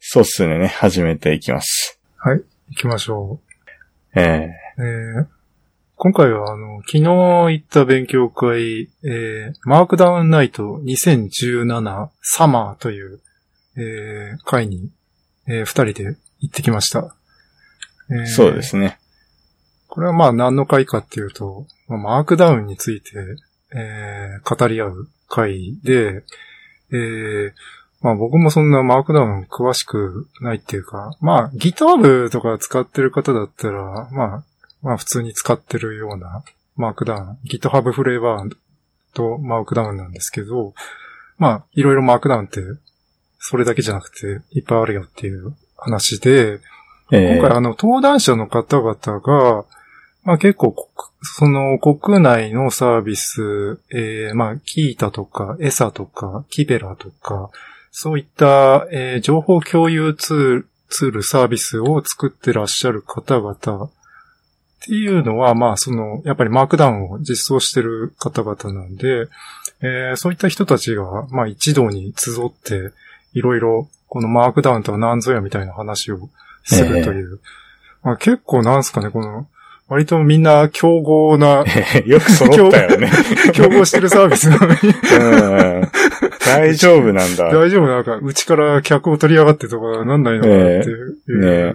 そうっすね、始めていきます。はい、行きましょええう。えー今回は、あの、昨日行った勉強会、えーマークダウンナイト2017サマーという、えー会に、えー二人で行ってきました。えーそうで。すね。これはまあ何の会かっていうと、まあマークダウンについて、えー語り合う会で、えーまあ僕もそんなマークダウン詳しくないっていうか、まあギター部とか使ってる方だったら、まあ、まあ普通に使ってるようなマークダウン、GitHub フレーバーとマークダウンなんですけど、まあいろいろマークダウンってそれだけじゃなくていっぱいあるよっていう話で、ええ今回あの、登壇者の方々が、まあ結構国、その国内のサービス、えーまあ、キータとか、エサとか、キベラとか、そういった、えー情報共有ツール、ツール、サービスを作ってらっしゃる方々っていうのは、まあ、その、やっぱりマークダウンを実装してる方々なんで、えーそういった人たちが、まあ、一堂に集って、いろいろ、このマークダウンとは何ぞやみたいな話をするという。まあ、結構なんすかね、この、割とみんな競合な、 よく揃ったよね。競合してるサービスなのに、うん大丈夫なんだ。 大丈夫なんか、うちから客を取り上がってとかなんないのかなっていう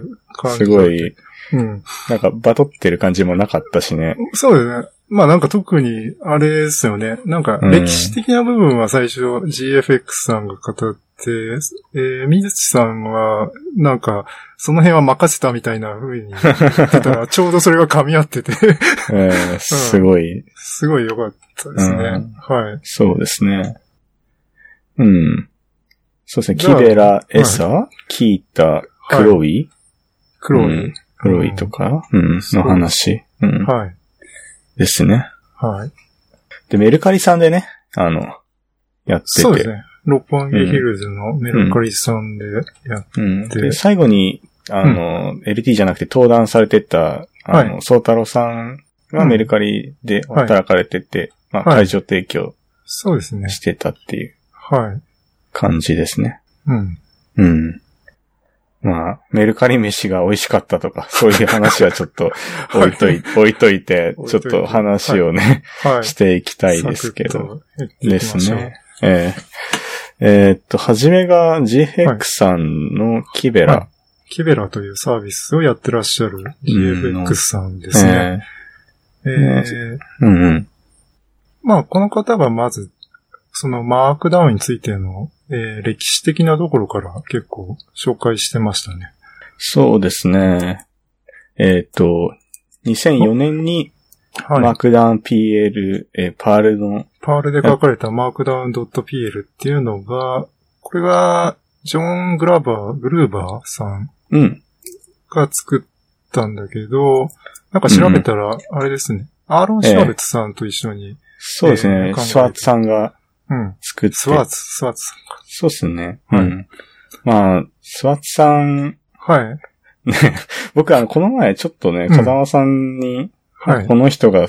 ね感じすがあごって、い、うん。なんかバトってる感じもなかったし ね。そうですね。まあなんか特に、あれですよね。なんかうん歴史的な部分は最初 GFX さんが語って、えー、水地さんは、なんか、その辺は任せたみたいな風に言ってたら、ちょうどそれが噛み合ってて、 ええすごい、すごい良かったですね。うんはい。そうですね。うん。そうですね、じキゃあベラ、エサ、キータ、クロイ、黒い。うんクロイとか、うん、そうの話、うん、はい。ですね。はい。で、メルカリさんでね、あの、やってて。そうですね。六本木ヒルズのメルカリさんでやっうん。でで、最後に、あの、LT じゃなくて登壇されてた、あの、宗太郎さんがメルカリでうんはい働かれてて、まあ、はい会場提供そうですね。してたっていうはい。感じですね。うん。うん。まあ、メルカリ飯が美味しかったとか、そういう話はちょっと 置いとい、置いといて置、ちいょといってと話をね、はい。していきたいですけサど。クッとやっていできすましょう。ね。えええーっと、はじめが GHEX さんのキベラ、はキベラというサービスをやってらっしゃる GFX さんでですね。えんーうんうん。まあ、この方がまず、そのマークダウンについての、えー歴史的なところから結構紹介してましたね。そうですね。えっ、と、2004年にはい。マークダウン PL、えーパールの、パールで書かれたマークダウン .pl っていうのが、これが、ジョン・グラバー、グルーバーさんうん。が作ったんだけど、なんか調べたら、あれですね、アーロン・シュワルツさんと一緒に、そうですえねー。考えてスワーツさんがうん、作って。スワーツ、スワーツさんか。そうですね。はいうん。まあ、スワーツさん、はい、ね、僕、あの、この前ちょっとね、うん風間さんに、はいこ。の人が、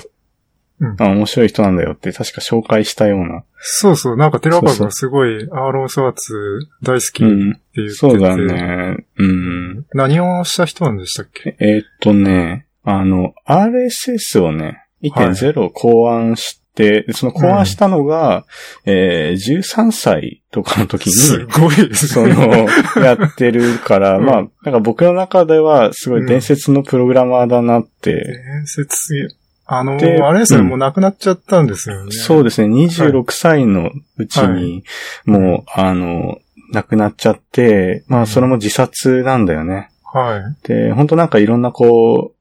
うんあ面白い人なんだよって確か紹介したような。そうそう、なんか寺川そうそがうすごいアーロン・スワーツ大好きうってん。言ってて、そうだね。うん。何をした人なんでしたっけええーっとね、あの、RSS をね、1.0を考案して、でその考案したのが、えー、13歳とかの時に、すごいですそね。の、やってるから、 うんまあ、なんか僕の中では、すごい伝説のプログラマーだなって、伝説すぎ。あのであれですうね、んもう亡くなっちゃったんですよね。そうですね、26歳のうちはに、もう、あの、亡くなっちゃって、まうあ、んそれも自殺なんだよね。はい。で、本当なんかいろんなこう、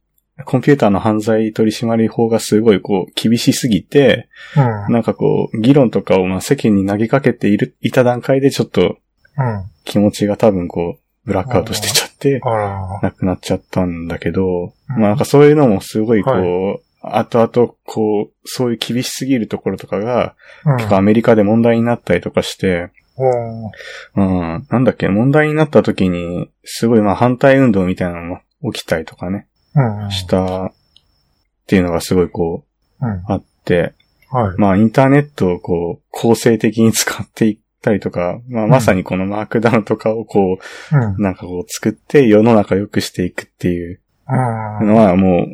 コンピューターの犯罪取締法がすごいこう、厳しすぎて、うん。なんかこう、議論とかをまあ世間に投げかけている、いた段階でちょっとうん。気持ちが多分こう、ブラックアウトしてちゃって、あら。亡くなっちゃったんだけど、うんまあなんかそういうのもすごいこう、は後々こう、そういう厳しすぎるところとかが、うん結構アメリカで問題になったりとかして、おーうん、なんだっけ、問題になった時に、すごいまあ反対運動みたいなのも起きたりとかね。うん。うんしたっていうのがすごいこううん。あって、はい。まあインターネットをこう構成的に使っていっったりとか、まあ、まさにこのマークダウンとかをこうう、。んなんかこう作って世の中良くしていくっていうああのはもう、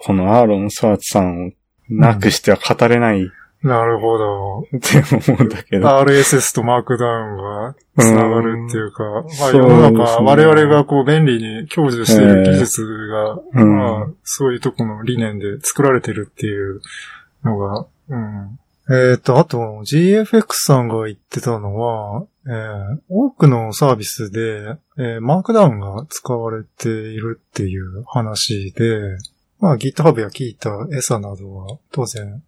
このアーロン・スワーツさんをなくしては語れないっなるほど。て思うんだけど。 RSS とマークダウンがつながるっていうか、まあ、そう世のです中、ね我々がこう便利に享受している技術が、うんまあ、そういうとこの理念で作られてるっていうのが、うん。えっ、と、あと GFX さんが言ってたのは、えー多くのサービスで、えーマークダウンが使われているっていう話で、まあ GitHub や Kita、ESA などは当然、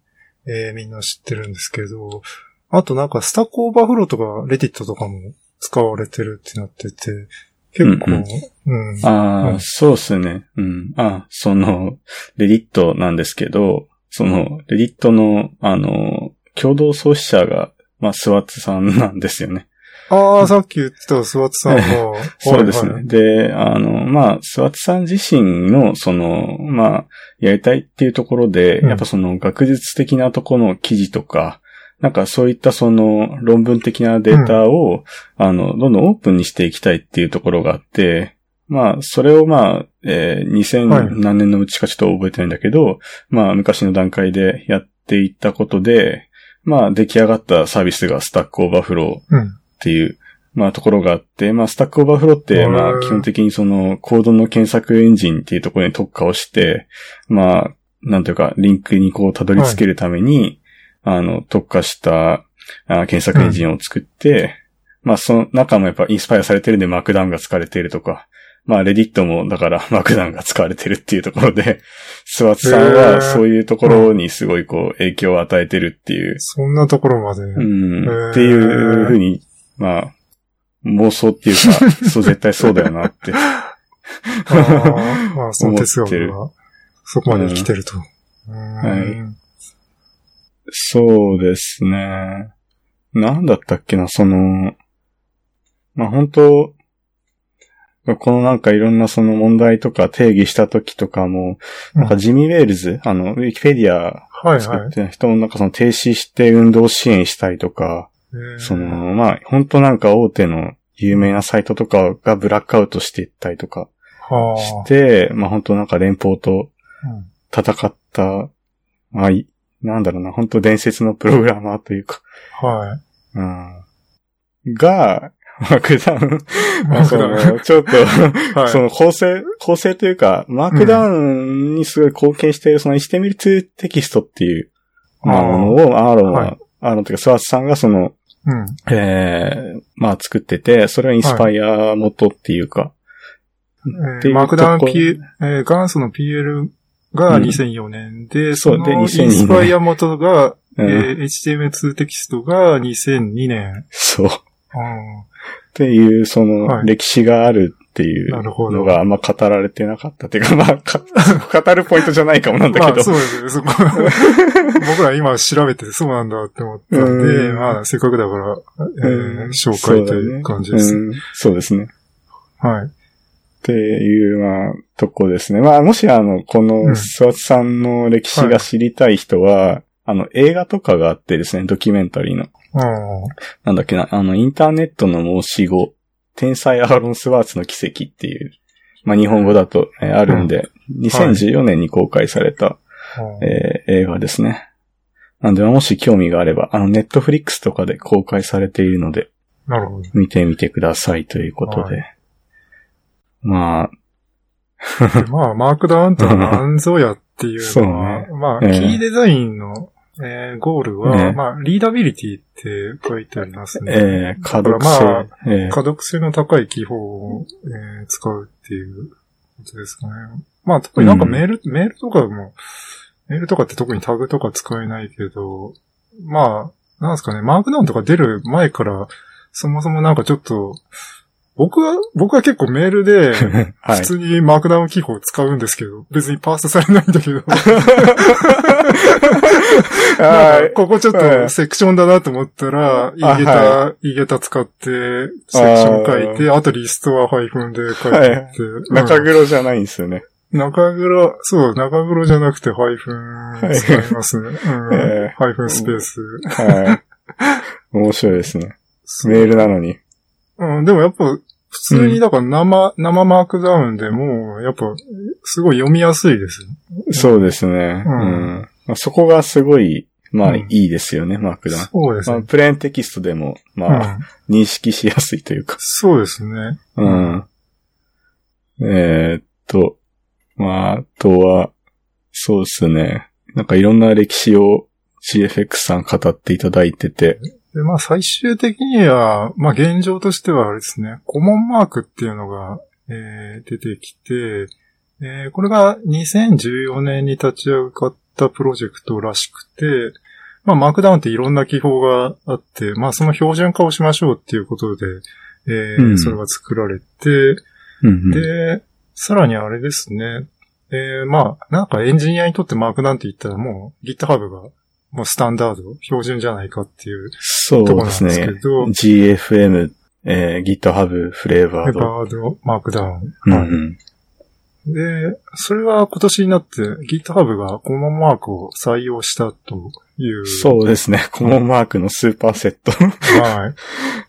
えーみんな知ってるんですけど、あとなんかスタックオーバーフローとか Reddit とかも使われてるってなってて、結構、うん、うん。ああ、うんそうですね。うん。あ、その、レディットなんですけど、その、レディットの、あの、共同創始者が、まあ、スワッツさんなんですよね。。ああ、さっき言ってたスワッツさんも そうですはいはね。い。で、あの、まあ、スワッツさん自身の、その、まあ、やりたいっていうところで、うんやっぱその学術的なところの記事とか、なんかそういったその論文的なデータを、あの、どんどんオープンにしていきたいっていうところがあって、まあ、それをまあ、えーはい2000何年のうちかちょっと覚えてないんだけど、まあ、昔の段階でやっていったことで、まあ、出来上がったサービスがスタックオーバーフロー、うん。っていう、まあところがあって、まあスタックオーバーフローって、うんまあ基本的にそのコードの検索エンジンっていうところに特化をして、まあ、なんていうか、リンクにこうたどり着けるために、あの、特化したあ検索エンジンを作って、まあその中もやっぱインスパイアされてるんでマークダウンが使われているとか、まあレディットもだから マークダウンが使われてるっていうところで、スワッツさんへーはそういうところにすごいこう影響を与えてるっていうそんなところまで。うんーっていうふうに、まあ、妄想っていうか、そう、絶対そうだよなって。 あ ーまあ、その哲思って学るが、そこまで来てると。うんそうですね。なんだったっけな、その、まあ本当このなんかいろんなその問題とか定義した時とかも、なんかジミー・ウェールズ、あの、ウィキペディアはい作はっい。てる人もなんかその停止して運動支援したりとか、えーその、まあ本当なんか大手の有名なサイトとかがブラックアウトしていったりとか、はあして、まあ本当なんか連邦とうん戦った、まあい、なんだろうな、本当伝説のプログラマーというか、 はうん、が、マークダ ウン、い。まあそ はの、ちょっと、いその構成、構成というか、マークダウンにすごい貢献している、その HTML2 テキストっていう、まああーものをアーロンは、はいアーロンというか、スワーツさんがその、うん。ええまあ作ってて、それはインスパイア元っていうか、えーっていうマークダウンとこ P、えー元祖の PL がうん2004年で、そそうでのイン2002年スパイア元が、うんえー HTML2 テキストが2002年。そう。うっていう、そはの、い歴史があるっていん、なうるほど。のがあんま語られてなかったっていうか、まあ、か 語るポイントじゃないかもなんだけまあ、ど。そうですね。そこ僕ら今調べてそうなんだって思ったんで、うんまあ、せっかくだから、えーうん紹介という感じです。そうだねうんそうですね。っはい。ていう、まあ、とこですね。まあ、もし、あの、こうの、んスワツさんの歴史が知りたい人は、あの、映画とかがあってですね、ドキュメンタリーの。うん。なんだっけな、あの、インターネットの申し子、天才アーロン・スワーツの奇跡っていう、まあ、日本語だと、えーあるんで、2014年に公開された、うんえー映画ですね。なんで、もし興味があれば、あの、ネットフリックスとかで公開されているので、なるほど。見てみてくださいということで。まあ、でまあ、マークダウンとは何ぞやっていうのは、まあ、キええーデザインの、えーゴールは、ねまあ、リーダビリティって書いてありますね。えー、可読性、まあえー可読性の高い記法を、えー使うっていうことですかね。まあ、特になんかメール、メールとかも、メールとかって特にタグとか使えないけど、まあ、なんですかね、マークダウンとか出る前から、そもそもなんかちょっと、僕は、僕は結構メールで、は普通にマークダウン記法を使うんですけど、別にパースされないんだけど、なんかい。ここちょっはといセクションだなと思ったら、イあゲタ、イゲタ使って、セクション書いて、あとリストはハイフンで書いはていって、うん 中黒じゃないんですよね。中黒、そう、中黒じゃなくてハイフ ン使いますね。うんええハイフンスペース。はい。面白いですね。メールなのに。うん、でもやっぱ、普通にだから生、生マークダウンでも、やっぱ、すごい読みやすいです。そうですね。ううんん。まあ、そこがすごい、まあ、うんいいですよね、マークダウン。そうですまねあ、。プレーンテキストでも、まあ、うん、認識しやすいというか。そうですね。うん。えーっと、まあ、あとは、そうですね。なんかいろんな歴史を GFX さん語っていただいてて、で、まあ最終的には、まあ現状としてはあれですね、コモンマークっていうのが、えー出てきて、えーこれが2014年に立ち上がったプロジェクトらしくて、まあマークダウンっていろんな記法があって、まあその標準化をしましょうっていうことで、えーうんそれが作られて、うんうん、で、さらにあれですね。えーまあ、なんかエンジニアにとってマークなんて言ったらもう GitHub がもうスタンダード、標準じゃないかっていうそうとこでろなんすですねけ。ど、 GFM、えー GitHub フレーバペーーパード。ワードマークダウン。うんうんで、それは今年になって GitHub がこのマークを採用したという。そうですね。コモンマークのスーパーセット。 はい。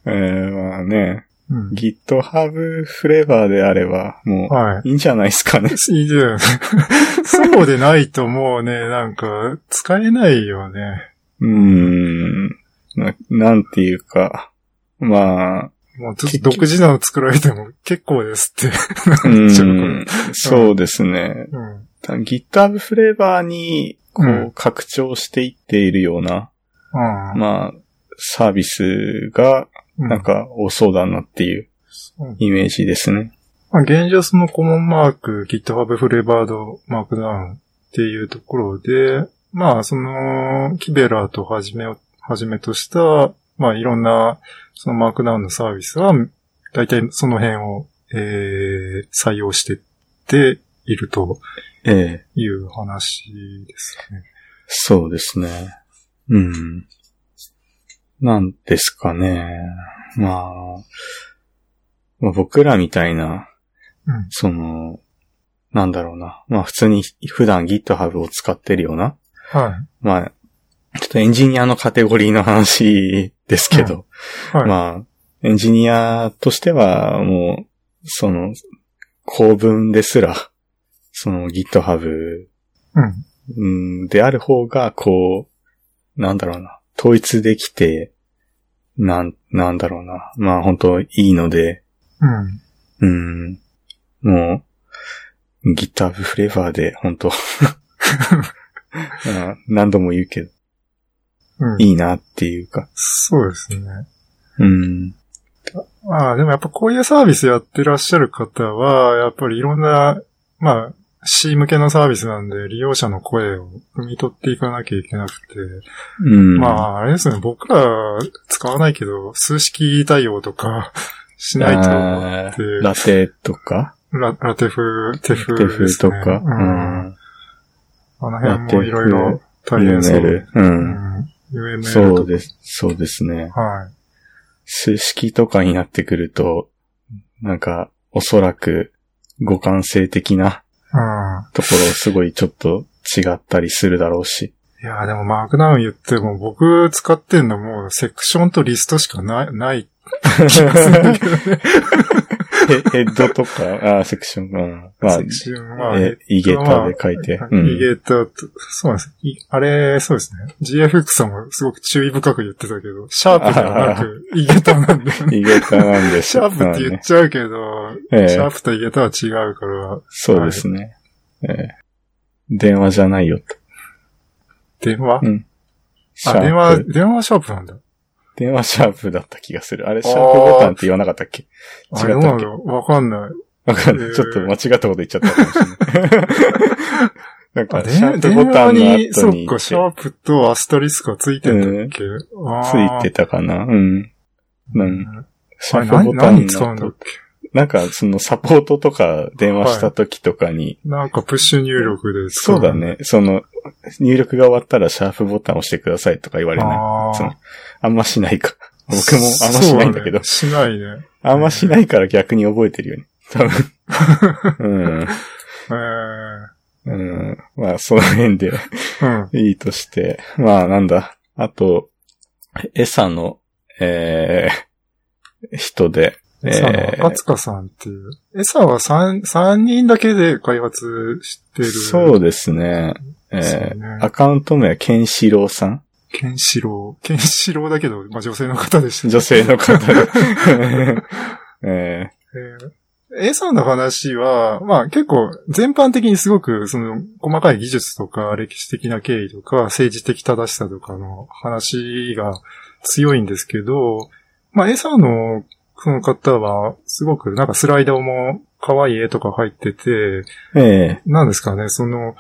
えー、まあね、うん、 GitHub フレーバーであれば、もはう、いいんじゃないですかね。い。いいじゃない そうでないともうね、なんか使えないよね。うーん。な、なんていうか。まあ、もうちょっと独自なの作られても結構ですってうなっちゃうから。ん。そうですね。うんた GitHub フレーバーに、こう、うん拡張していっているような、うんまあ、サービスが、なん、か、多そうだなっていううんイメージですね。まあ、現状そのコモンマーク、GitHub フレーバードマークダウンっていうところで、まあその、キベラとはじめを、はじめとした、まあいろんな、そのマークダウンのサービスは、大体その辺を、えー、採用してっているとええ。いう話ですね。そうですね。うん。なんですかね。まあ、まあ、僕らみたいな、うんその、なんだろうな。まあ普通に普段 GitHub を使ってるような。はい。まあ、ちょっとエンジニアのカテゴリーの話ですけど。はい。まあ、エンジニアとしては、もう、その、公文ですら、その GitHub うん。うんである方が、こう、なんだろうな、統一できて、なん、なんだろうな。まあ本当いいので、うん。うん。もう、GitHub フレーバーで、本 当 うん何度も言うけど、うん。いいなっていうか。そうですね。うん。まあでもやっぱこういうサービスやってらっしゃる方は、やっぱりいろんな、まあ、C 向けのサービスなんで、利用者の声を汲み取っていかなきゃいけなくて。うん。まあ、あれですね、僕ら使わないけど、数式対応とか しないとあってー、ラテとか、ラ、ラテフ、テテフでフすとね、か、うん。あの辺もいろいろう大ん。変そう。 UML。う。うんん。UML とか。そうです。そうですね。はい。数式とかになってくると、なんか、おそらく、互換性的なうん。ところすごいちょっと違ったりするだろう し。いやーでもマークダウン言っても僕使ってんのもうセクションとリストしかない、ない気がするんだけどね。ヘヘッドとか、あーセクションが、 まあセク、ションは。えイゲタで書いてまあうんイゲタと、そうなんです。いあれ、そうですね。GFX さんもすごく注意深く言ってたけど、シャープではなくイゲタ なんだよね。イゲタなんです。シャープって言っちゃうけど、まあねえシャえープとイゲタは違うから、そうですね。ええ電話じゃないよと。電話うんシャーあ、プ電話、電話シャープなんだ。電話シャープだった気がする。あれ、シャープボタンって言わなかったっけあ違れどっうたなっけのわかんない。わかんなえい。ーちょっと間違ったこと言っちゃったかもしれ ない。なんあか、シャ電ープボタンの電話に後にそっか、シャープとアスタリスクがついてんだっけ、つあーいてたかな。うん。なうんんシあャれープ何、ボタンの何使うんだっ後けなんか、そのサポートとか電話した時とかに、なんかプッシュ入力で使そうだ。ね。その、入力が終わったらシャープボタンを押してくださいとか言われない。あーそのあんましないか。僕もあんましないんだけど、そうだねしないね。あんましないから逆に覚えてるよね。多 分。えうん。うん。まあ、その辺でー、うん。いいとして。まあ、なんだ。あと、エサの、えー、人で、えエサの赤塚さんっていう。エサは三三人だけで開発してる。そうですね。えですよーね。アカウント名はケンシロウさんケンシロウ。ケンシロウだけど、まあ、女性の方でした。女性の方 で。ええー A さんの話は、まあ結構全般的にすごくその細かい技術とか歴史的な経緯とか政治的正しさとかの話が強いんですけど、まあ A さんのその方はすごくなんかスライドも可愛い絵とか入ってて、ー、えなんですかね、その、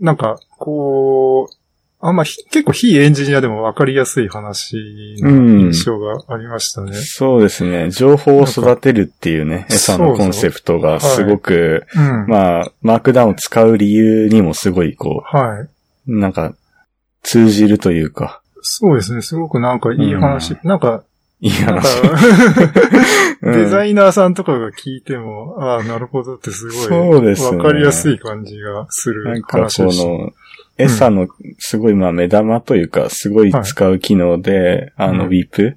なんか、こう、あんまひ、結構非エンジニアでも分かりやすい話の印象がありましたね。ーそうですね。情報を育てるっていうね、か餌のコンセプトがすごく、うん。まあ、マークダウンを使う理由にもすごいこはい。う、なんか、通じるというか、そうですね。すごくなんかいい話。うんなんか、いいなんか話。、デザイイナーさんとかが聞いても、ああ、なるほどってすそうごでい、すわねかりやすい感じがすなるんかこ話でした。の、餌のすごいまあ目玉というか、すごい使う機能で、あの、うウんィープ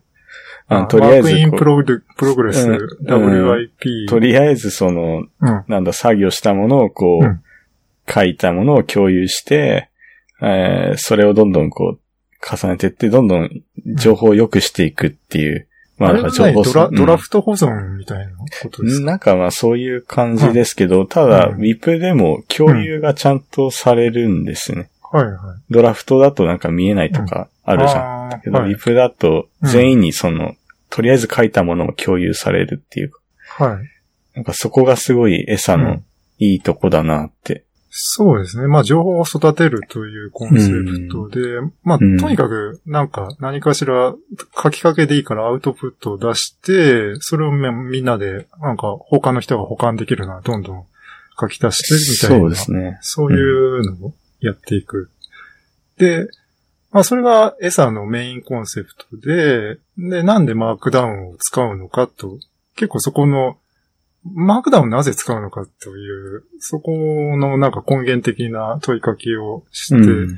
ああの、とりあえずワークインこうプログプログレス、うん WIP。とりあえずその、うんなんだ、作業したものをこう、うん書いたものを共有して、えーそれをどんどんこう、重ねてって、どんどん情報を良くしていくっていう。まああ、れだはからな情報いドラ、うんドラフト保存みたいなことですかなんかまあそういう感じですけど、ただ、うん WIP でも共有がちゃんとされるんですね。はいはい。ドラフトだとなんか見えないとかあるじゃん。ゃけど、はい。 WIP だと全員にその、とりあえず書いたものを共有されるっていうかはい。なんかそこがすごい餌うのんいいとこだなって。そうですね。まあ、情報を育てるというコンセプトで、まあ、とうんにかく、なんか、何かしら、書きかけでいいからアウトプットを出して、それをみみんなで、なんか、他の人が保管できるのはどんどん書き足して、みたいな。そうですね。そういうのをやっていく。で、まあそれがエサのメインコンセプトで、で、なんでマークダウンを使うのかと、結構そこの、マークダウンをなぜ使うのかという、そこのなんか根源的な問いかけをして、うん。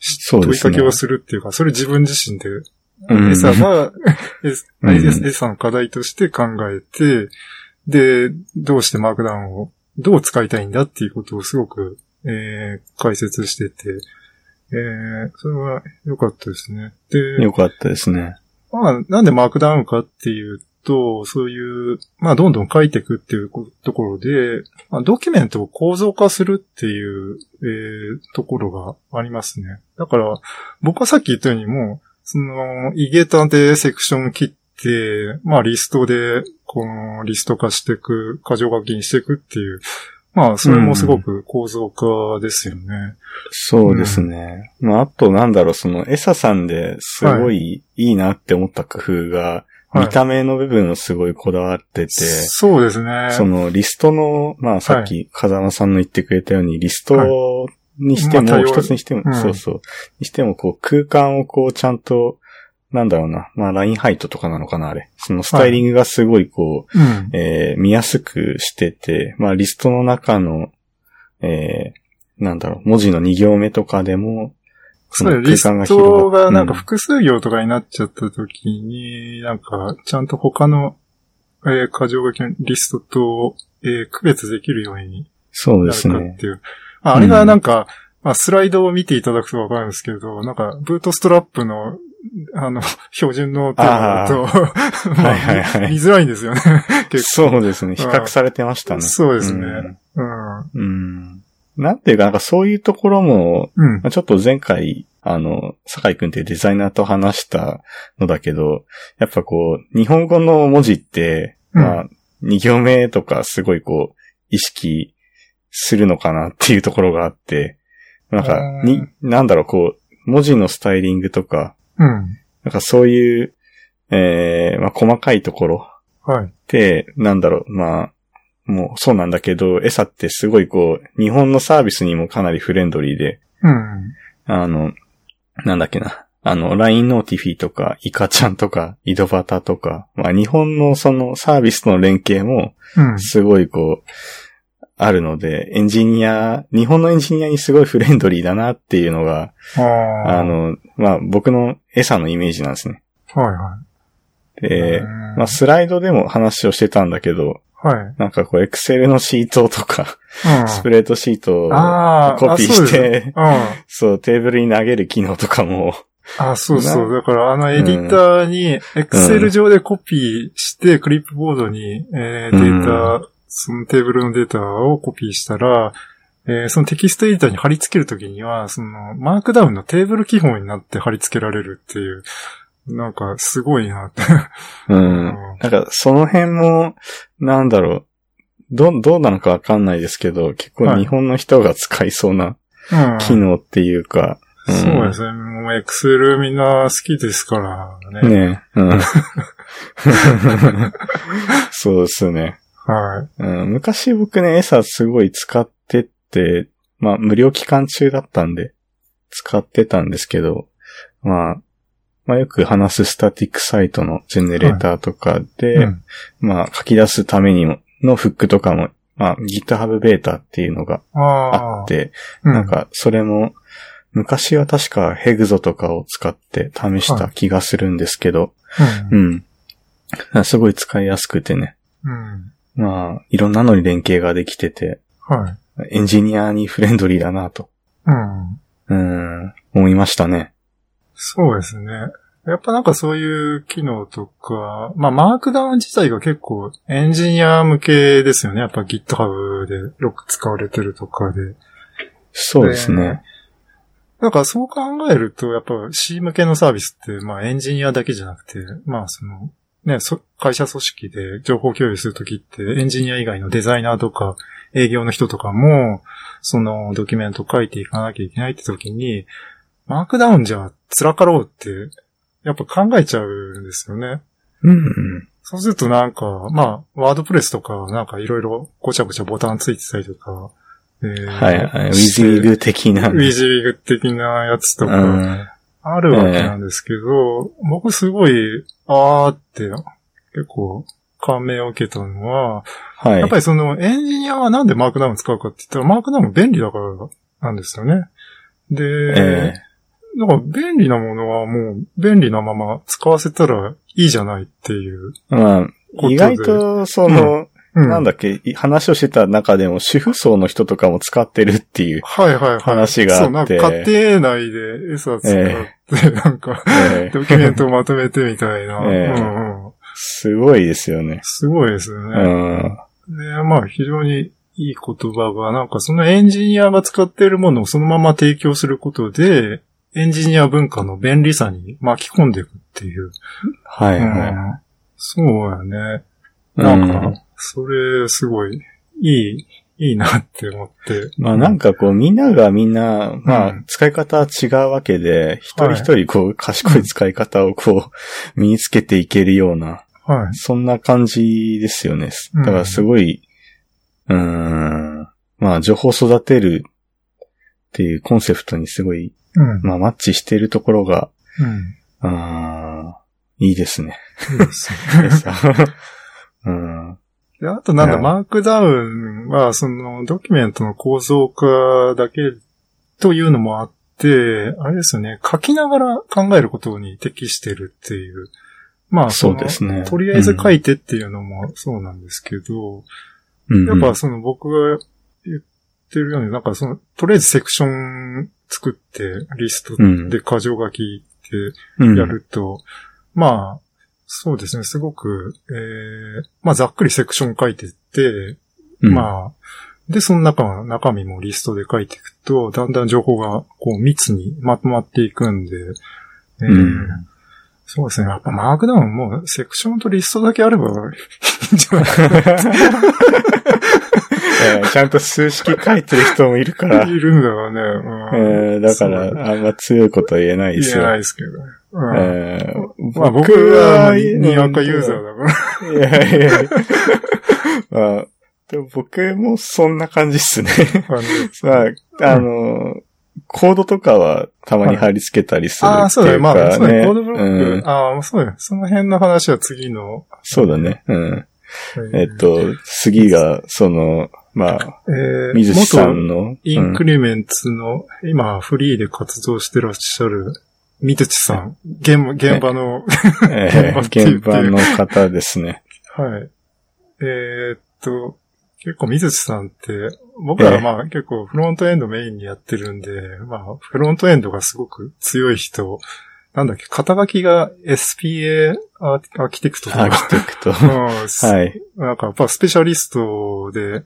しそう問でいすねかけをするっていうか、それ自分自身で、うんエサが、エサうんエサエサの課題として考えて、で、どうしてマークダウンを、どう使いたいんだっていうことをすごく、えー解説してて、えーそれは良かったですね。でよ、かったですね。まあ、なんでマークダウンかっていうと、そういう、まあ、どんどん書いていくっていうこところで、まあ、ドキュメントを構造化するっていう、えーところがありますね。だから、僕はさっき言ったようにもう、その、イゲタでセクション切って、まあ、リストで、この、リスト化していく、過剰書きにしていくっていう、まあ、それもすごく構造化ですよね。そうですね。まあ、あとなんだろう、その、エサさんですごいいいなって思った工夫が、はい見た目の部分をすごいこだわってて、そうですね。そのリストの、まあさっき風間さんの言ってくれたように、リストにしてまあも、多様一つにしても、うんそうそう、にしてもこう空間をこうちゃんと、なんだろうな、まあラインハイトとかなのかな、あれ。そのスタイリングがすごいこう、うん。えー見やすくしてて、まあリストの中の、えーなんだろう、文字の2行目とかでも、そうだよ、空リ間がス広がトがなんかうん複数行とかになっちゃった時に、なんか、ちゃんと他の、えー、過剰書きのリストと、えー区別できるようにそうでなるすかっね。ていう。ああれがなんか、まあ、スライドを見ていただくとわかるんですけど、なんか、ブートストラップの、あの、 標準のテーマだと、 まはあいはいはい見見づらいんです よね。結そうですね。ん比較されてましたね。そうですね構。うん。うんなんていうか、なんかそういうところも、うん。うんま。あちょっと前回、あの、酒井くんっていうデザイナーと話したのだけど、やっぱこう、日本語の文字って、まあ、2行目とかすごいこう、意識するのかなっていうところがあって、なんか、にう、なんだろう、こう、文字のスタイリングとか、うん。なんかそういう、えー、まあ、細かいところはい。って、なんだろう、まあ、もうそうなんだけど、エサってすごいこう、日本のサービスにもかなりフレンドリーで、うん。あの、なんだっけな。あの、LINE ノーティフィとか、イカちゃんとか、井戸端とか、まあ日本のそのサービスとの連携もうん。すごいこう、あるので、エンジニア、日本のエンジニアにすごいフレンドリーだなっていうのが、あーあの、まあ僕のエサのイメージなんですね。はいはでい。、まあ、スライドでも話をしてたんだけど、あ、はい。なんかこう、エクセルのシートとか、うんスプレートシートをあーコピーあそうしですて、うん。あ、そう、テーブルに投げる機能とかも、そうそう。だから、あの、エディターに、エうクセんル上でコピーして、クリップボードに、えーデータ、そのテーブルのデータをコピーしたら、えーそのテキストエディターに貼り付けるときには、その、マークダウンのテーブル基本になって貼り付けられるっていう、なんか、すごいなって。うん。うんなんか、その辺も、なんだろう、ど、どうなのかわかんないですけど、結構はい日本の人が使いそうなうん機能っていうか、うんそうですね。もう、エクセルみんな好きですからね。ねえ、 うん。そうですね、はい。うん。昔僕ね、エサすごい使ってて、まあ、無料期間中だったんで、使ってたんですけど、まあ、まあよく話すスタティックサイトのジェネレーターとかで、うんまあ書き出すためにも、のフックとかも、まあ GitHub ベータっていうのがあああって、うんなんかそれも、昔は確かヘグゾとかを使って試した気がするんですけど、うんうん。あすごい使いやすくてね。うん。まあ、いろんなのに連携ができてて、はい。エンジニアにフレンドリーだなと、うん。うん、思いましたね。そうですね。やっぱなんかそういう機能とか、まあマークダウン自体が結構エンジニア向けですよね。やっぱ GitHub でよく使われてるとかで。そうですね。なんかそう考えると、やっぱ C 向けのサービスって、まあエンジニアだけじゃなくて、まあその、ね、そ会社組織で情報共有するときって、エンジニア以外のデザイナーとか営業の人とかも、そのドキュメント書いていかなきゃいけないってときに、マークダウンじゃ辛かろうって、やっぱ考えちゃうんですよね。うん。そうするとなんか、まあ、ワードプレスとか、なんかいろいろごちゃごちゃボタンついてたりとか、えーはいはい。ウィズウィグ的な。ウィジーグ的なやつとうか、ん。あるわけなんですけど、僕すごい、あーって、結構、感銘を受けたのは、はい。やっぱりそのエンジニアはなんでマークダウン使うかって言ったら、マークダウン便利だからなんですよね。で、えだから便利なものはもう便利なまま使わせたらいいじゃないっていうえまあ、ことで。意外、と、その、うん、。なんだっけ、い話をしてた中でも、主婦層の人とかも使ってるっていうはいはいはい。話があってそう、なんか家庭内で餌使って、なんか、ええ ドキュメントをまとめてみたいな。ええうんうん、すごいですよね。すごいですよね。うん。で、まあ非常にいい言葉が、なんかそのエンジニアが使っているものをそのまま提供することで、エンジニア文化の便利さに巻き込んでいくっていう。はいうはんそうやね。い。なうんか、それすごいいい、いいなって思って。まあなんかこうみんながみんな、まあ使い方は違うわけで、一人一人こう賢い使い方をこう身につけていけるような、はい。そんな感じですよね。うんだからすごい、うーん、まあ情報を育てるっていうコンセプトにすごい、うん。 うん。まあマッチしているところが、あーいいです ね。いいですねうん、で、あとなんだ、うんマークダウンは、その、ドキュメントの構造化だけというのもあって、あれですよね、書きながら考えることに適してるっていう。まあ、そそうですね。のとりあえず書い、いてっていうのもそうなんですけど、うん、やっぱその僕が言ってるように、なんかその、とりあえずセクション作って、リストうんで箇条書きって、うんやると、まあ、そうですね、すごく、えーまあ、ざっくりセクション書いてって、うんまあ、で、その中の中身もリストで書いていくと、だんだん情報がこう密にまとまっていくんで、えーうんそうですね。やっぱマークダウンもセクションとリストだけあればいいんじゃないかえーちゃんと数式書いてる人もいるからな。いるんだろうね。うんえーだかそうら、あんま強いことは言えないで言すえないよ。ですけどね。うんえーまあ僕は、いやにわかユーザー だかいら。やいやいや まあ、でも僕もそんな感じっすね。 あのまあ、あの、コードとかはたまに貼り付けたりするああ、ってそうだいね。うかまね。あ、そうだね。コードブロッうんク。ああ、そうだね。その辺の話は次の。そうだね。うん。えっと、次が、その、まあ、えー、水木さ元んの。インクうんリメンツの、今、フリーで活動してらっしゃる、三つさん、現場現場の、 えー現現場場っていうの方です ね。はい。えーっと、結構水地さんって、僕らはまあ結構フロントエンドメインにやってるんで、まあフロントエンドがすごく強い人、なんだっけ、肩書きが SPA アーアーキテクトとアーか、キテクト。うはんい。なんかやっぱスペシャリストで、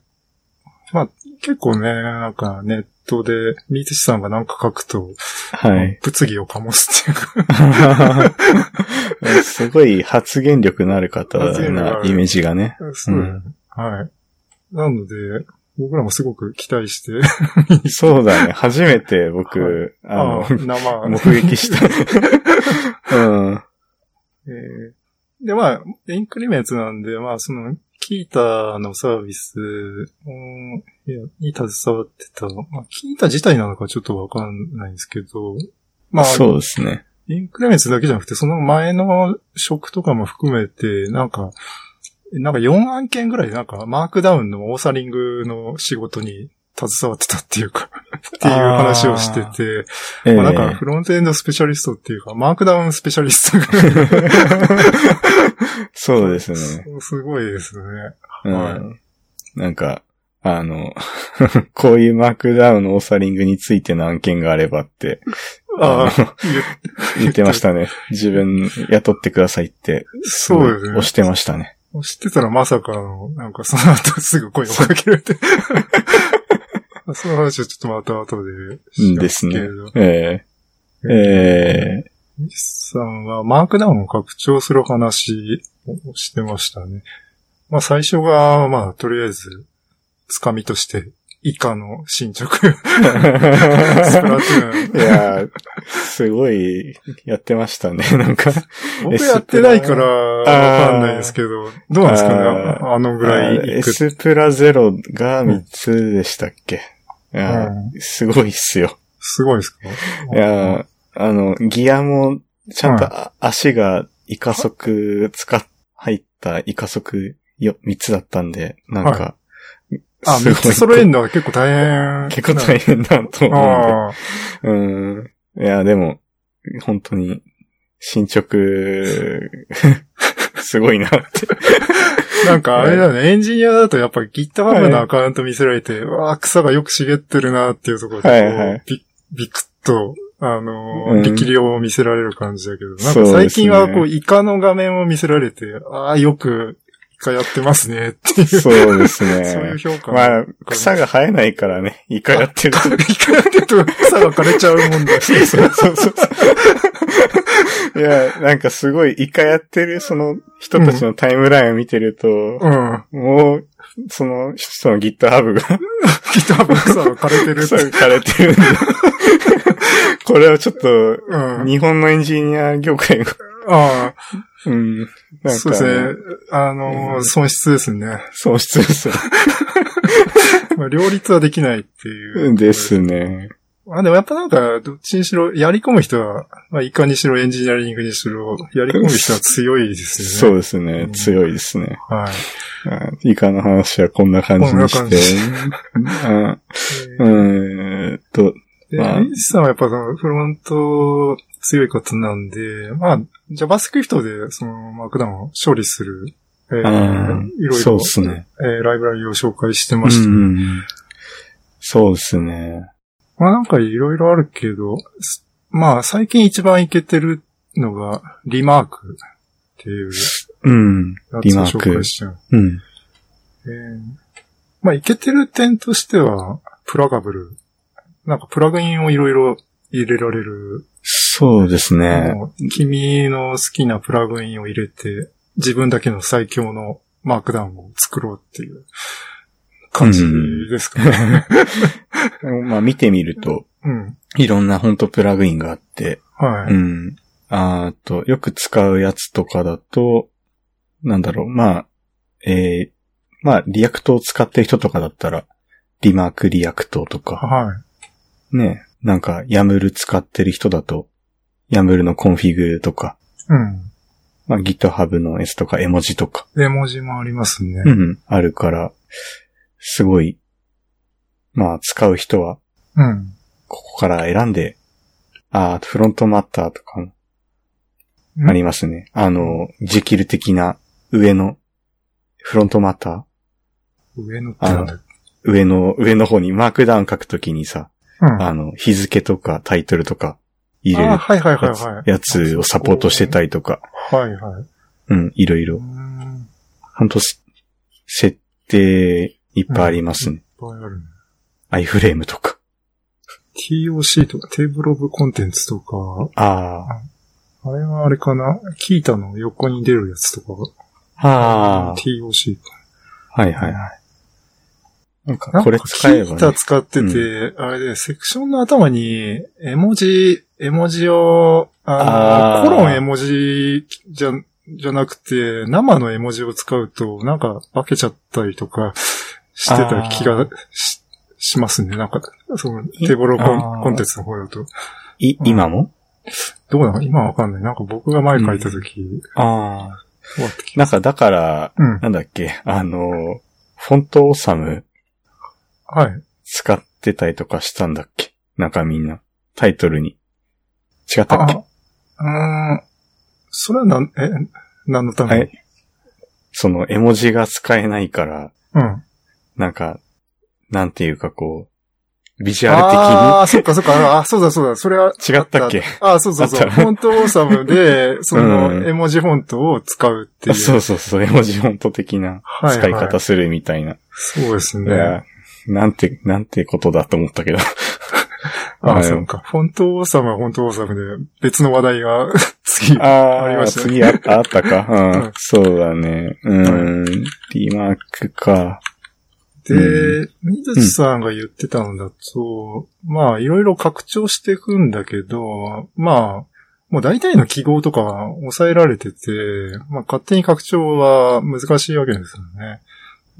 まあ結構ね、なんかネットで水地さんがなんか書くと、はい。物議を醸すっていうか、 すごい発言力のある方発言力がなあるイメージが ね。そうだよねはい。なので、僕らもすごく期待して、そうだね。初めて僕、あの、あ 生、目撃 した。うん。えーで、まあ、インクリメンツなんで、まあ、その、キータのサービスうんいやに携わってた、まあ、キータ自体なのかちょっとわかんないんですけど、まあ、そうですね。インクレメンツだけじゃなくて、その前の職とかも含めて、なんか、なんか4案件ぐらい、なんか、マークダウンのオーサリングの仕事に携わってたっていうか、 っていう話をしてて、ええまあ、なんか、フロントエンドスペシャリストっていうか、マークダウンスペシャリストぐらいそうですね。そうすごいですね。うんはなんか、あの、 こういうマークダウンのオーサリングについての案件があればって、あああの、言ってましたね。自分雇ってくださいって、そうですね。押してましたね。知ってたらまさかの、なんかその後すぐ声をかけら れて。その話はちょっとまた後でしまけれど。ええ ええ西さんはマークダウンを拡張する話をしてましたね。まあ最初が、まあとりあえず、つかみとして、以下の 進捗、スプラトゥーンい。やーすごい、やってましたね、 なんか。僕やってないから、わかんないですけど、どうなんですかねああのぐらいいく S プラゼロが3つでしたっけ、いやーすごいっすよ。すごいですかいやーあの、ギアも、ちゃんとあ足がイカ足使っ、入ったイカ足よ3つだったんで、なんか、あ、すごい3つ揃えるのは結構大変。結構大変だと変思ああ。うんで。うん。いや、でも、本当に、進捗、 すごいなって。 なんかあれだね、エンジニアだとやっぱ GitHub のアカウント見せられて、うわあ、草がよく茂ってるなっていうところでこう、はいはいビビクッと、あのーうん力量を見せられる感じだけど、なんそうかですね最近はこう、イカの画面を見せられて、ああ、よくイカやってますねっていう、そうそうですね。いう評価。まあ、草が生えないからね、イカやってると。イカやってると草が枯れちゃう もんだ。そうそうそうそう。いや、なんかすごい、イカやってるその人たちのタイムラインを見てると、うん。もう、その人の GitHub が GitHub の草が枯れてるって草。が枯れてるんで、これはちょっと、うん。日本のエンジニア業界が、あうん、なんか、あ、そうですね。あのーうん損失ですね。損失ですよまあ、両立はできないって いう。ですね。まあでもやっぱなんか、どっちにしろ、やり込む人は、まあいかにしろエンジニアリングにしろ、やり込む人は強いです よそうね。ですね。強いですね。そう。はい。あイカの話はこんな感じにして。あ うーんと、で、 まあリーチさんはやっぱそのフロント強いことなんで、まあ JavaScript でそのマークダウンを処理する、えーうんいろいそうろっ、すねえーライブラリを紹介してうました。ん、そうですね。まあなんかいろいろあるけど、すまあ最近一番いけてるのが、リマークっていううん。リマやつーをク紹介してますうん。えーまあ、いけてる点としては、プラガブル。なんか、プラグインをいろいろ入れられる。そうですね。もう君の好きなプラグインを入れて、自分だけの最強のマークダウンを作ろうっていう感じですかね。 まあ見てみると、うん。いろんな本当プラグインがあって、はうい。ん。あーと、よく使うやつとかだと、なんだろう、まあ、えー、まあ、リアクトを使ってる人とかだったら、リマークリアクトとか、はね、なんか、ヤムル使ってる人だと、ヤムルのコンフィグとか、い。うん。まあ、GitHub の S とか絵文字とか、絵文字もありますね。うん、あるから、すごい、まあ、使う人は、うん。ここから選んで、あーフロントマッターとかもんありますね。あの、ジキル的な上の、フロントマッター上のってなんだっけ上の、上の方にマークダウン書くときにさ、うん。あの、日付とかタイトルとか入れるあ、はいはいはいやつはい。やつをサポートしてたりとか、はいはい。うん、いろいうろ。ん。いっほんとす、設定いっぱいありますね。ぱいあるね。アイフレームとか。 TOC とか、テーブルオブコンテンツとか、ああれはあれかなキータの横に出るやつとかあ。ああ。 TOC か。はいはいはい。なんなか、こんかれ使えばキータね。使ってて、あれで、セクションの頭に、絵文字、絵文字を、ああの、ーコロン絵文字じゃ、じゃなくて、生の絵文字を使うと、なんか、化けちゃったりとか、してた気がし、しますね。なんか、その、テーブルコあンーコンテンツの方だと。い、今もどうなの今わかんない。なんか僕が前書いた時、ああ。終わった気がなんか、だから、うん。なんだっけ、あの、フォントオーサムはい。使ってたりとかしたんだっけなんかみんな。タイトルに。違ったっけあ、うーん。それはなん、え、何のために、はいその絵文字が使えないから、うん。なんか、なんていうかこう、ビジュあアあ、そっかそっか。あ、そうだそうだ。それは。ル的に違ったっけあそうそうそあう。っフたォントオーサ ムで、その、うん絵文字フォントを使うってい う。そうそうそう、絵文字フォント的なはいは使いい方するみたいな。そうですいやね。なんて、なんてことだと思ったけど。あ はあ、いそうか。フォントオーサムはフォントオーサムで、別の話題が 次。あありあまー、したね次ああった か。ううんん、そうだね。うーん、リマークか。で、水木さんが言ってたのだと、まあ、いろいろ拡張していくんだけど、まあ、もう大体の記号とかは抑えられてて、まあ、勝手に拡張は難しいわけですよね。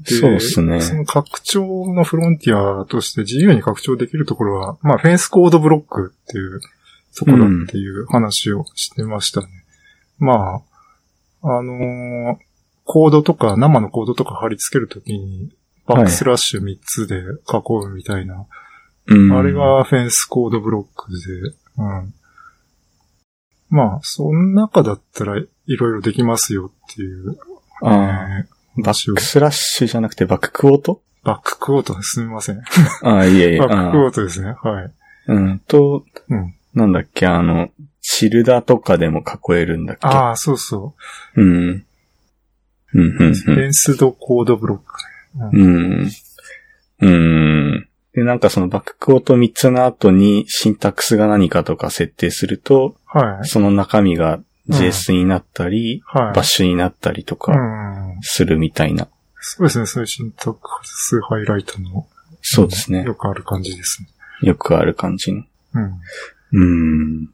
そうですね。その拡張のフロンティアとして自由に拡張できるところは、まあ、フェンスコードブロックっていうところだっていう話をしてましたね。まあ、あのーコードとか、生のコードとか貼り付けるときに、バックスラッシュ3つで囲うみたいな、うんあれがフェンスコードブロックで、うん。まあ、その中だったらいろいろできますよっていう、あえーーバックスラッシュじゃなくてバッククォートバッククォートすみません。ああ、いえいえ。バッククあォートですね。はい。ーうんとうん、なんだっけ、あの、チルダとかでも囲えるんだっけああ、そうそうん。うん、うん、う。フェンスドコードブロック。うん。うん。で、なんかそのバッククォート3つの後にシンタックスが何かとか設定すると、はい。その中身が JS になったり、はい。バッシュになったりとかうん。するみたいな。そうですね。そういうシンタックスハイライトの。そうですね。よくある感じですね。よくある感じの。うん。うん。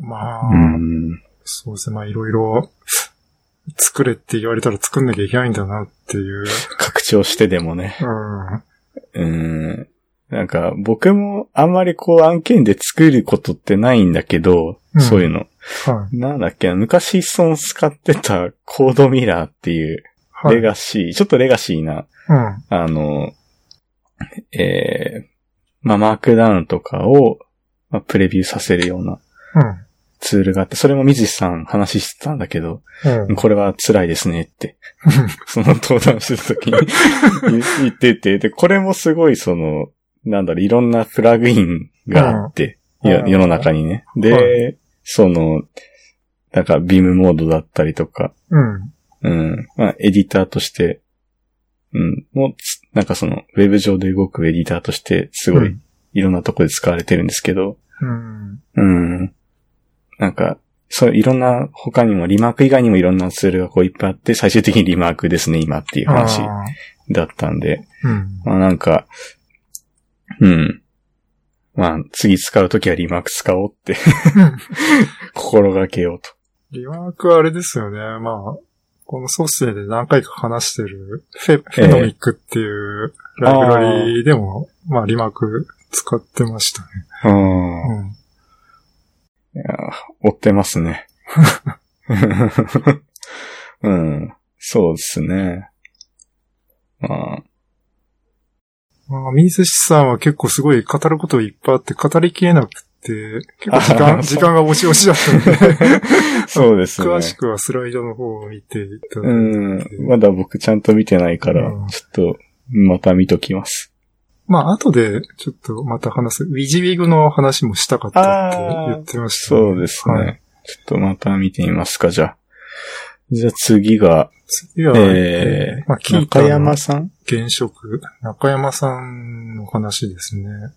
まあ、うん。そうですね。まあ、いろいろ、作れって言われたら作んなきゃいけないんだなっていう。拡張してでもね。うん。うん。なんか、僕もあんまりこう案件で作ることってないんだけど、うんそういうの。はい。なんだっけな、昔その使ってたコードミラーっていう、はい。レガシー、ちょっとレガシーな、うん。あの、えー、まあ、マークダウンとかを、まあ、プレビューさせるようなうん。ツールがあって、それも水木さん話してたんだけど、うん。これは辛いですね って、その登壇してた時に 言ってて、で、これもすごいその、なんだろう、いろんなプラグインがあって、うんいやうん世の中にね。で、はその、なんかビームモードだったりとか、うん。うん、まあ、エディターとして、うん、もうつ、なんかその、ウェブ上で動くエディターとして、すごういん、いろんなとこで使われてるんですけど、うん。うん。なんか、そう、いろんな、他にも、リマーク以外にもいろんなツールがこういっぱいあって、最終的にリマークですね、今っていう話あーだったんで、うん。まあなんか、うん。まあ、次使うときはリマーク使おうって 心がけようと。リワークはあれですよね。まあ、このソースで何回か話してるフェ、フェノミックっていうライブラリーでも、まあ、リマーク使ってましたね。うん。うん。いやー追ってます ね。うん。そうですね。まあ、まあ、水師さんは結構すごい語ることいっぱいあって語りきれなくて、結構時あ間、時間が押し押しだったの で、そうですね。詳しくはスライドの方を見ていただいて。うん。まだ僕ちゃんと見てないからうん、ちょっと、また見ときます。まあ、後で、ちょっとまた話す。ウィジウィグの話もしたかったって言ってましたね、そうですね。はいちょっとまた見てみますか、じゃあ。じゃあ次が、次は、えまあ、ー、キー中タの山さん現職、中山さんの話ですね。うん。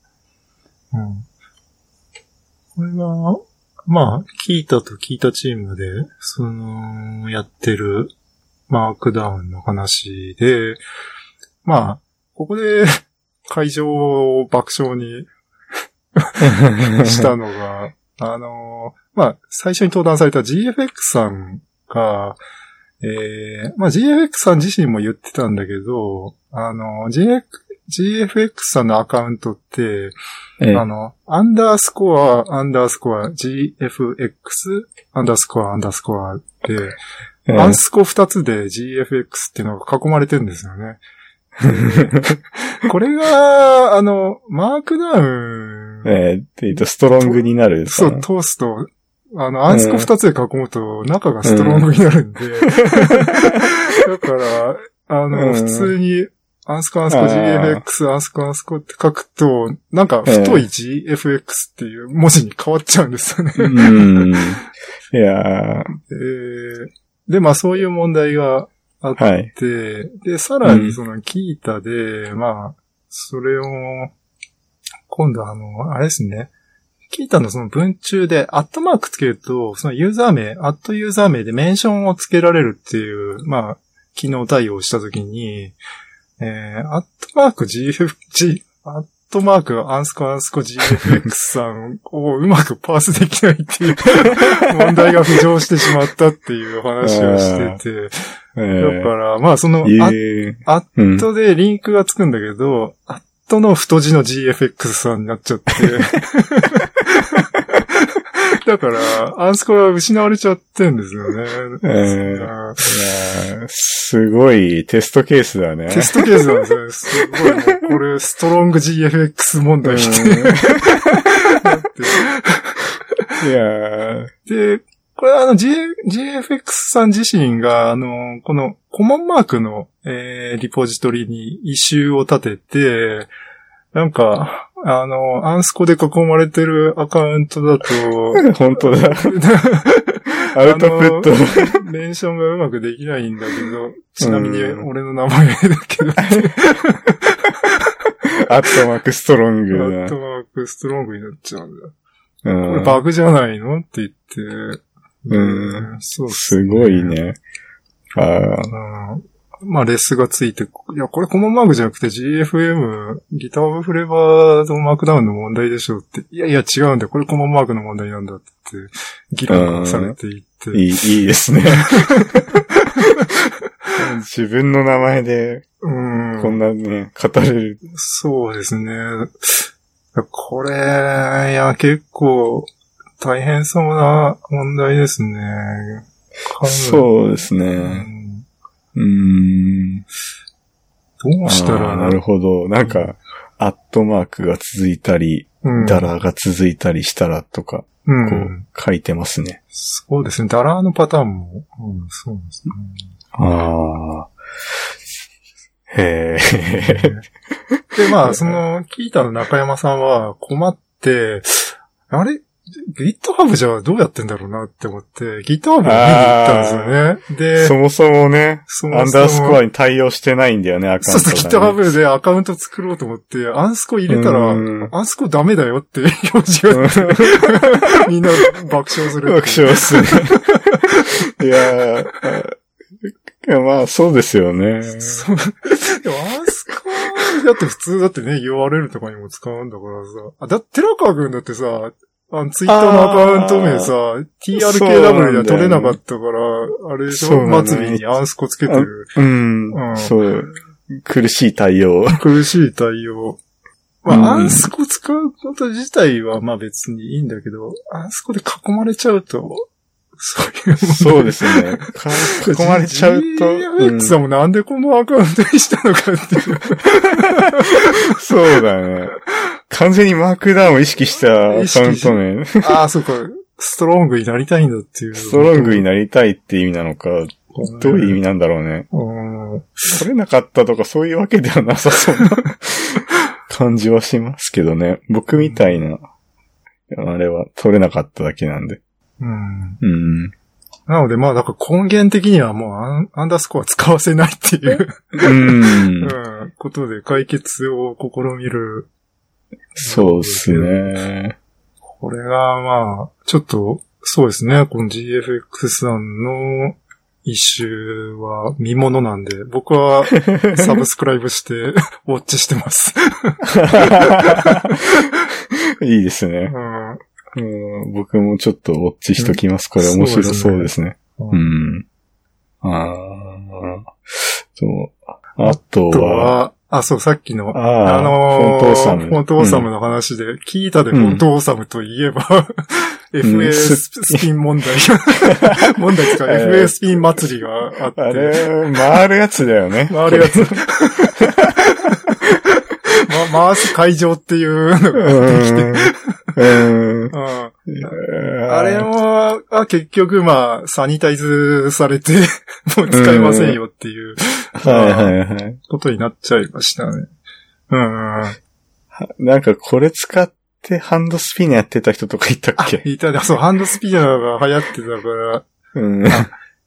これは、まあ、キータとキータチームで、その、やってるマークダウンの話で、まあ、ここで 会場を爆笑にしたの が、あのーまあ、最初に登壇された GFX さんが、ええまあ、GFX さん自身も言ってたんだけど、あのー、GF、GFX さんのアカウントって、えあの、アンダースコア、アンダースコア、GFX、アンダースコア、アンダースコアで、えアンスコ二つで GFX っていうのが囲まれてるんですよね。これが、 あの、マークダウンえー、って言うと、ストロングになるかそな。う、通すと、あの、アンスコ二つで囲むと、中がストロングになるんで。 だから、あの、うん普通に、アンスコアンスコあー GFX、アンスコアンスコって書くと、なんか、太い GFX っていう文字に変わっちゃうんですよね。 うん。いやー、えーで、まあ、そういう問題があっはい。で、で、さらうにんそのキータで、まあ、それを、今度あの、あれですね、キータのその文中で、アットマークつけると、そのユーザー名、アットユーザー名でメンションをつけられるっていう、まあ、機能対応したときに、えー、アットマーク GF、G、アットマークアンスコアンスコ GFX さんをうまくパースできないっ ていう問題が浮上してしまったっていう話をしてて、えだかーら、まあその、いアッえアうん。トでリンクがつくんだけど、アットの太字の GFX さんになっちゃ って。だから、アンスコは失われちゃってんですよね。えーあーいやーすごいテストケースだね。テストケースなんですよね。すごいもう、これ、ストロング GFX 問題ってなって。うんいやーで、これはあの G、GFX さん自身が、あの、このコマンマークの、えーリポジトリに異臭を立てて、なんか、あの、アンスコで囲まれてるアカウント だと、本当だ。アウトプット。あのメンションがうまくできないんだけど、ちなみにうん俺の名前だけど、アットマークストロンアッグトマークストロングになっちゃうんだ。だ。こうれんバグじゃないのって言って、うそうすごいね。ああ、うんまあ、レスがついて、いや、これコマンマークじゃなくて GFM、ギターオブフレーバーのマークダウンの問題でしょうって、いやいや違うんだよ、これコマンマークの問題なんだって、議論がされていって、いい、いいです ね。自分の名前で、うんこんなね、語れる。そうですね。これ、いや、結構大変そうな問題ですね。う。そうですうね。んうーん。どうしたあらーなるほど。なんか、アットマークが続いたり、うんダラが続いたりしたらとか、うこん。う、書いてますね。そうですね。ダラーのパターンも、うん、そうですね。ああ。へえ。で、まあ、その、キータの中山さんは困って、あれ ?GitHub じゃどうやってんだろうなって思って、GitHub を見に行ったんですよね。で、そもそもね、そアンダースコアアに対応してないんだよね、アカそウうントがね、そう、GitHub でアカウント作ろうと思って、アンスコ入れたら、うんアンスコダメだよって表示があって、 みんな爆笑する。爆笑する。 いやーあいや、まあ、そうですよね。そう。 でも、アンスコ だって普通だってね、URL とかにも使うんだからさ。あ、だ、寺川くんだってさ、あの、ツイッターのアカウント名さ、そうなんだよ TRKW では取れなかったから、あれでしょそうなんだ末尾にアンスコつけてる。うん、うんそう。苦しい対応。 苦しい対応。まあ、うんアンスコ使うこと自体はまあ別にいいんだけど、アンスコで囲まれちゃうと、そういう そうですね。か囲まれちゃうと、う GX んさんもなんでこのアカウントにしたのかっていう。そうだね。完全にマークダウンを意識したアカウント名。ああ、そうか。ストロングになりたいんだっていう。ストロングになりたいって意味なのか、どういう意味なんだろうね。うん取れなかったとかそういうわけではなさそう な感じはしますけどね。僕みたいな、あれは取れなかっただけなんで。うん。うん。なので、まあ、だから根源的にはもうアン、アンダースコア使わせないっていう、うん。うんことで解決を試みる。そうです ね。これが、まあ、ちょっと、そうですね。この GFX さんの一周は見物なんで、僕 はサブスクライブしてウォッチしてます。いいですうね、んうん。僕もちょっとウォッチしときます。これ面白そうですね。ううんん。あーそう。あとあとは、は、あ、そう、さっきの、あーあのー、フォントオーサムフォントオーサムの話で、キータでフォントオーサムといえば、 ん FA ス ピン問題、問題ですか、えー FA スピン祭りがあっあて、れ、回るやつだよね。回る やつ。ま、回す会場っていうのうが、ん。うん。うんああれも、あ結局、まあ、サニタイズ されて、もう使えませんよっていうはいはいはい。ことになっちゃいましたね。うん。なんかこれ使ってハンドスピンやってた人とかいたっけいたね。そう、ハンドスピナーが流行ってたから、うん。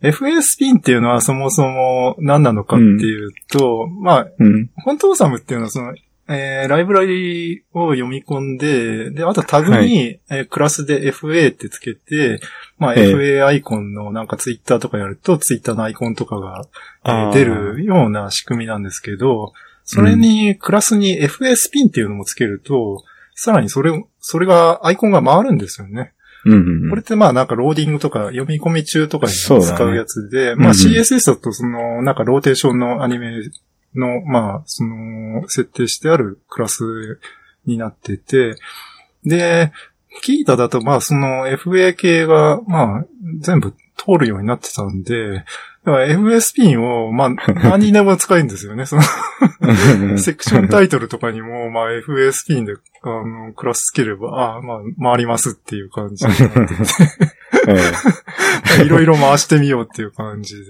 FA スピンっていうのはそもそも何なのかっていうと、まうん。あ、本当オーサムっていうのはその、えー、ライブラリを読み込んで、で、あとタグに、はえークラスで FA ってつけて、まあ、ええ FA アイコンのなんかツイッターとかやると、ツイッターのアイコンとかが、えーあー出。るような仕組みなんですけど、それにクラスに FA スピンっていうのもつけると、さらにそれを、それが、アイコンが回るんですよね。うんうんこうれん。ってまあなんかローディングとか読み込み中とかに使そうだねうやつで、うんまうあん CSS だとそのなんかローテーションのアニメのまあその設定してあるクラスになってて、で、キータだとまあその FA 系がまあ全部通るようになってたんで、だから FSP をまあ何にでも使えるんですよね。そのセクションタイトルとかにも、まあ FSP であのクラスつければ、あまあ回りますっていう 感じになっててえ いろいろ回してみようっていう感じで、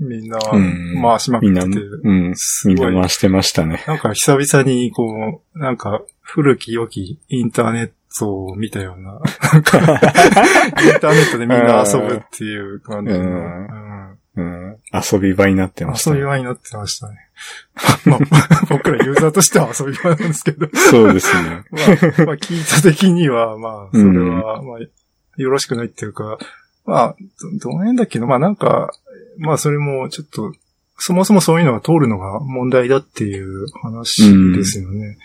みんなうん回しまえくみんな、っうてて、ん。すみんご、ない回してましたね。なんか久々にこう、なんか古き良きインターネットを見たような、なんか、インターネットでみんな遊ぶっていう感じの、ううんうん。遊び場になってました遊び。場になってましたね。 まあ、僕らユーザーとしては遊び場なんですけど、そうですね。まあ、まあ、聞いた的には、 まあ、それは、まあ、よろしくないっていうか、まあ、ど、どの辺だっけの、まあなんか、まあそれもちょっと、そもそもそういうのが通るのが問題だっていう話ですよね。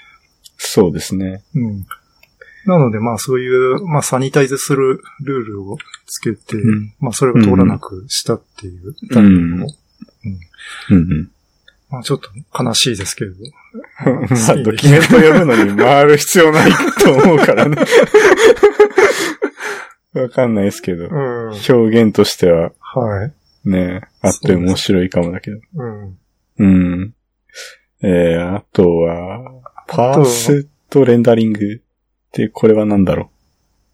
そうですね。うん。なのでまあそういう、まあサニタイズするルールをつけて、うん。まあそれが通らなくしたっていう、うん。うん。まあちょっと悲しいですけれど。まあ、ドキュメント読むのに回る必要ないと思うから ね。わかんないですけど。うん。はい。表現としてはね、あって面白いかもだけど。うん。うん。えー、あとは、パースとレンダリングって、これは何だろ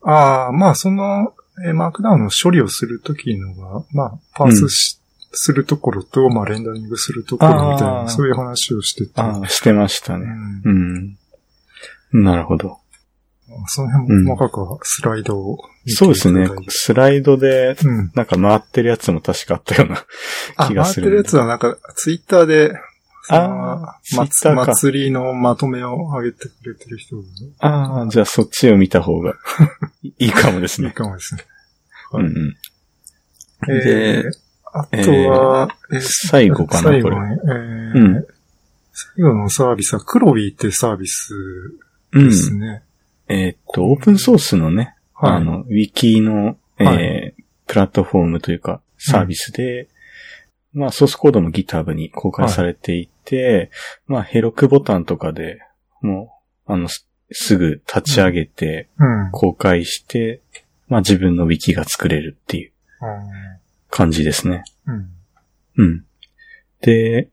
ああ、まあ、その、えーマークダウンの処理をするときのが、まあ、パースし、するところと、まあ、レンダリングするところみたいあーな、そういう話をしてうて、ああ、してましたうね。んうん。なるほど。その辺も細かくはスライドを見てそういですただいねて、。スライドで、うん。なんか回ってるやつも確かあったような。あ、気が回っすてるるやつはなんか、ツイッターで、そのあーま Twitter か祭りのまとめを上げてくれてる人がああ、じゃあそっちを見た方が いいかもですいい ね。かもですね。うんうん。でえー、あとは、えー最後かな、最こ後れ。ね、えーうん最後のサービスは、クロビーってサービスうですん。ね。えーっと、オープンソースのね、はあい。の、ウィキの、えーはいプラットフォームというか、サービスで、まあ、ソースコードも GitHub に公開されていて、まあ、ヘロクボタンとかで、もう、あの、すすぐ立ち上げて、うん。公開して、まあ、自分のウィキが作れるっていう感じですね。うん。うん。うん。で、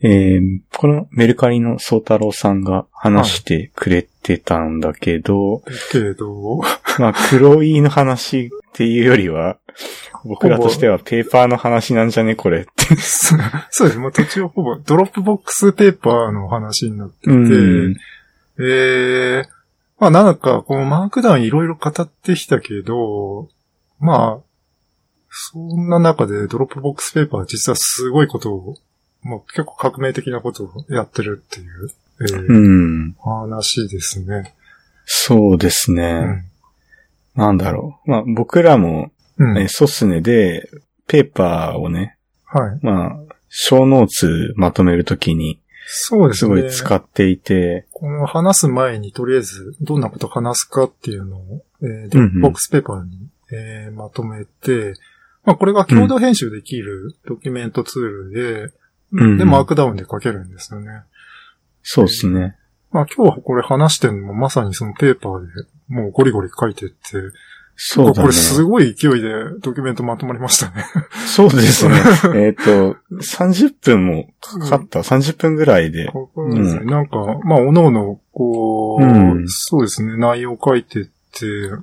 えーこのメルカリの宗太郎さんが話してくれてたんだけど、けど、 まあ、黒いの話っていうよりは、僕らとしてはペーパーの話なんじゃねこれって。そうそうです。もう途中ほぼドロップボックスペーパーの話になってて、うん。ええまあなんか、このマークダウンいろいろ語ってきたけど、まあ、そんな中でドロップボックスペーパーは実はすごいことを、まあ結構革命的なことをやってるっていう、えーうん。話ですね。そうですね。うん。なんだろう。まあ、僕らも、うん。えソスネで、ペーパーをね、はい。まあ、小ノーツまとめるときに、そうですすね。ごい使っていて、この話す前にとりあえずどんなこと話すかっていうのを、えーうんうんボックスペーパーに、えーまとめて、まあこれが共同編集できるドキュメントツールで、うんうんで、マークダウンで書けるんですよね。そうですね。まあ今日これ話してるのもまさにそのペーパーでもうゴリゴリ書いてって、そうだこねれ。すごい勢いでドキュメントまとまりまし たね。そうです ね。えっと、30分もかかった。30分ぐらいで。ここですねなんか、まあ、おのおの、こう、うんそうですね、内容書いてって、うん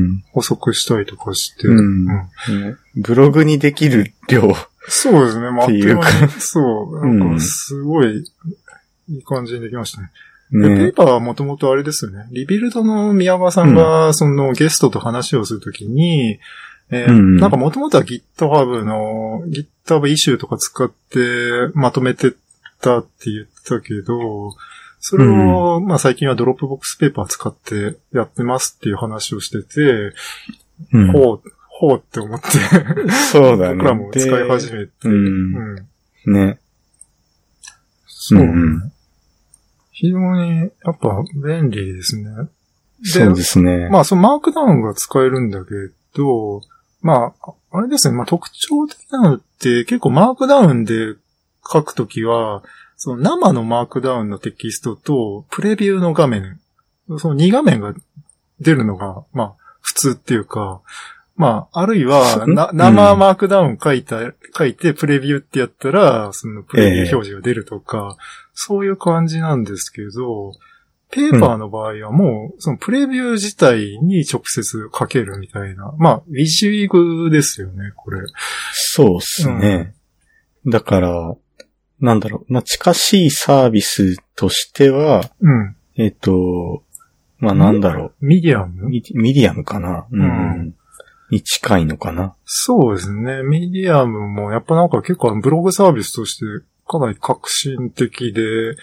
うん。補足したりとかして、うんうんブログにできる量。そうですね、まあ、っていうかあっという間にそう、うんなんか、すごい、いい感じにできましたね。でペねー。パーはもともとあれですよね。リビルドの宮川さんが、そのゲストと話をするときに、えーうんなんかもともとは GitHub の GitHub イシューとか使ってまとめてたって言ってたけど、それを、まあ最近はドロップボックスペーパー使ってやってますっていう話をしてて、うんほう、ほうって思って、そうだね。僕らも使い始めて、でうんうんね。そう、うん非常に、やっぱ便利ですね。そうですね。まあ、そのマークダウンが使えるんだけど、まあ、あれですね、まあ特徴的なのって結構マークダウンで書くときは、その生のマークダウンのテキストとプレビューの画面、その2画面が出るのが、まあ普通っていうか、まあ、あるい は、うんな生マークダウン書いた、書いて、プレビューってやったら、そのプレビュー表示が出るとか、そういう感じなんですけど、ペーパーの場合はもう、そのプレビュー自体に直接書けるみたいな。まあ、ウィジーグですよね、これ。そうっすね。だから、なんだろう、まあ、近しいサービスとしては、うん。えっ、と、まあ、なんだろミディアう、ムミディミディアムかなうん。うんに近いのかなそうですね。ミディアムも、やっぱなんか結構あのブログサービスとしてかなり革新的で、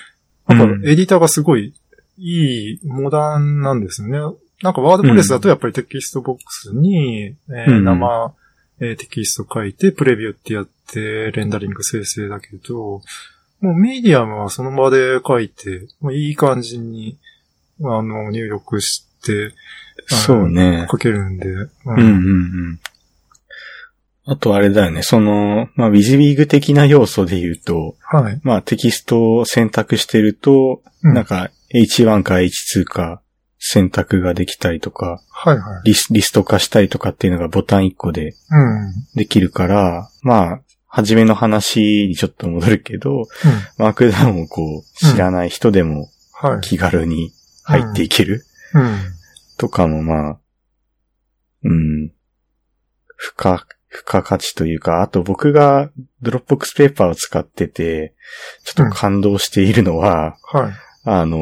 なんかエディターがすごいいい、モダンなんですよね。なんかワードプレスだとやっぱりテキストボックスに、えーうん生、えーテキスト書いて、プレビューってやって、レンダリング生成だけど、もうミディアムはその場で書いて、もういい感じに、あの、入力して、あのそうね。書けるんで、うんうんうんうん。あとあれだよね、その、まあ、ウィジビーグ的な要素で言うと、はい。まあ、テキストを選択してると、うんなんか、H1 か H2 か選択ができたりとか、はいはい。リスリスト化したりとかっていうのがボタン1個でうん。うんできるから、まあ、初めの話にちょっと戻るけど、マークダウンをこう、知らない人でもはい。気軽に入っていけるうん。とかもまあ、うん、付加、付加価値というか、あと僕がドロップボックスペーパーを使ってて、ちょっと感動しているのは、はい。あの、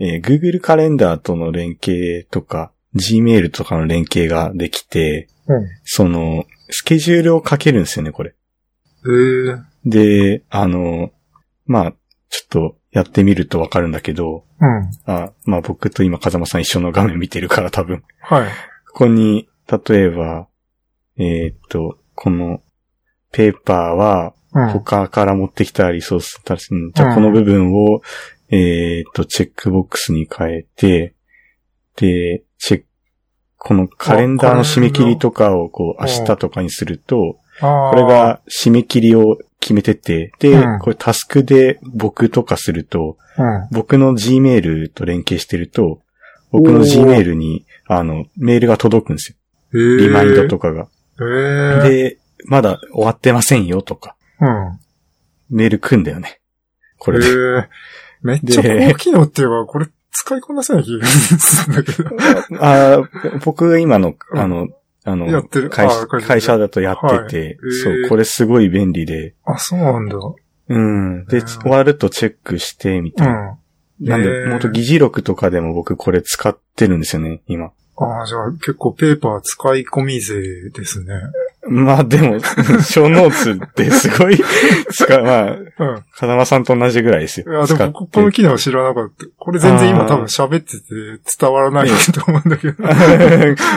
えー Google カレンダーとの連携とか、Gmail とかの連携ができて、うん。その、スケジュールをかけるんですよね、これ。えー、で、あの、まあ、ちょっとやってみるとわかるんだけど、うん。あまあ僕と今風間さん一緒の画面見てるから多分。はい。ここに、例えば、えーっと、この、ペーパーはうん。他から持ってきたリソースたち、うんじゃあこの部分を、えーっと、チェックボックスに変えて、で、チェック、このカレンダーの締め切りとかをこうあカレンダー明日とかにすると、ここれ、が締め切りを決めてて、で、うんこれタスクで僕とかすると、うん。僕の Gmail と連携してると、僕のおー Gmail に、あの、メールが届くんですよ。えー、リマインドとかが。えー、で、まだ終わってませんよとか、うん。メール来んだよね。こえれで。ー、めっちゃで高機能って言えば、これ使いこなせない気がするんだ けど。あー僕、今の、あの、あやのっ、てる会あー会社で会社だとやってて、はいそえう、ーこれすごい便利で、あ、そうなんだ。ううん。で、うん終わるとチェックして、みたいな。ん。なんえで、ーもっと議事録とかでも僕これ使ってるんですよね、今。ああ、じゃあ結構ペーパー使い込み勢ですね。まあでも、 小ノーツってすごい 使う、まあ、うん。風間さんと同じぐらいですよ。いや、で使っも、てここの機能知らなかった。これ全然今あー多分喋ってて伝わらないと思うん だけど。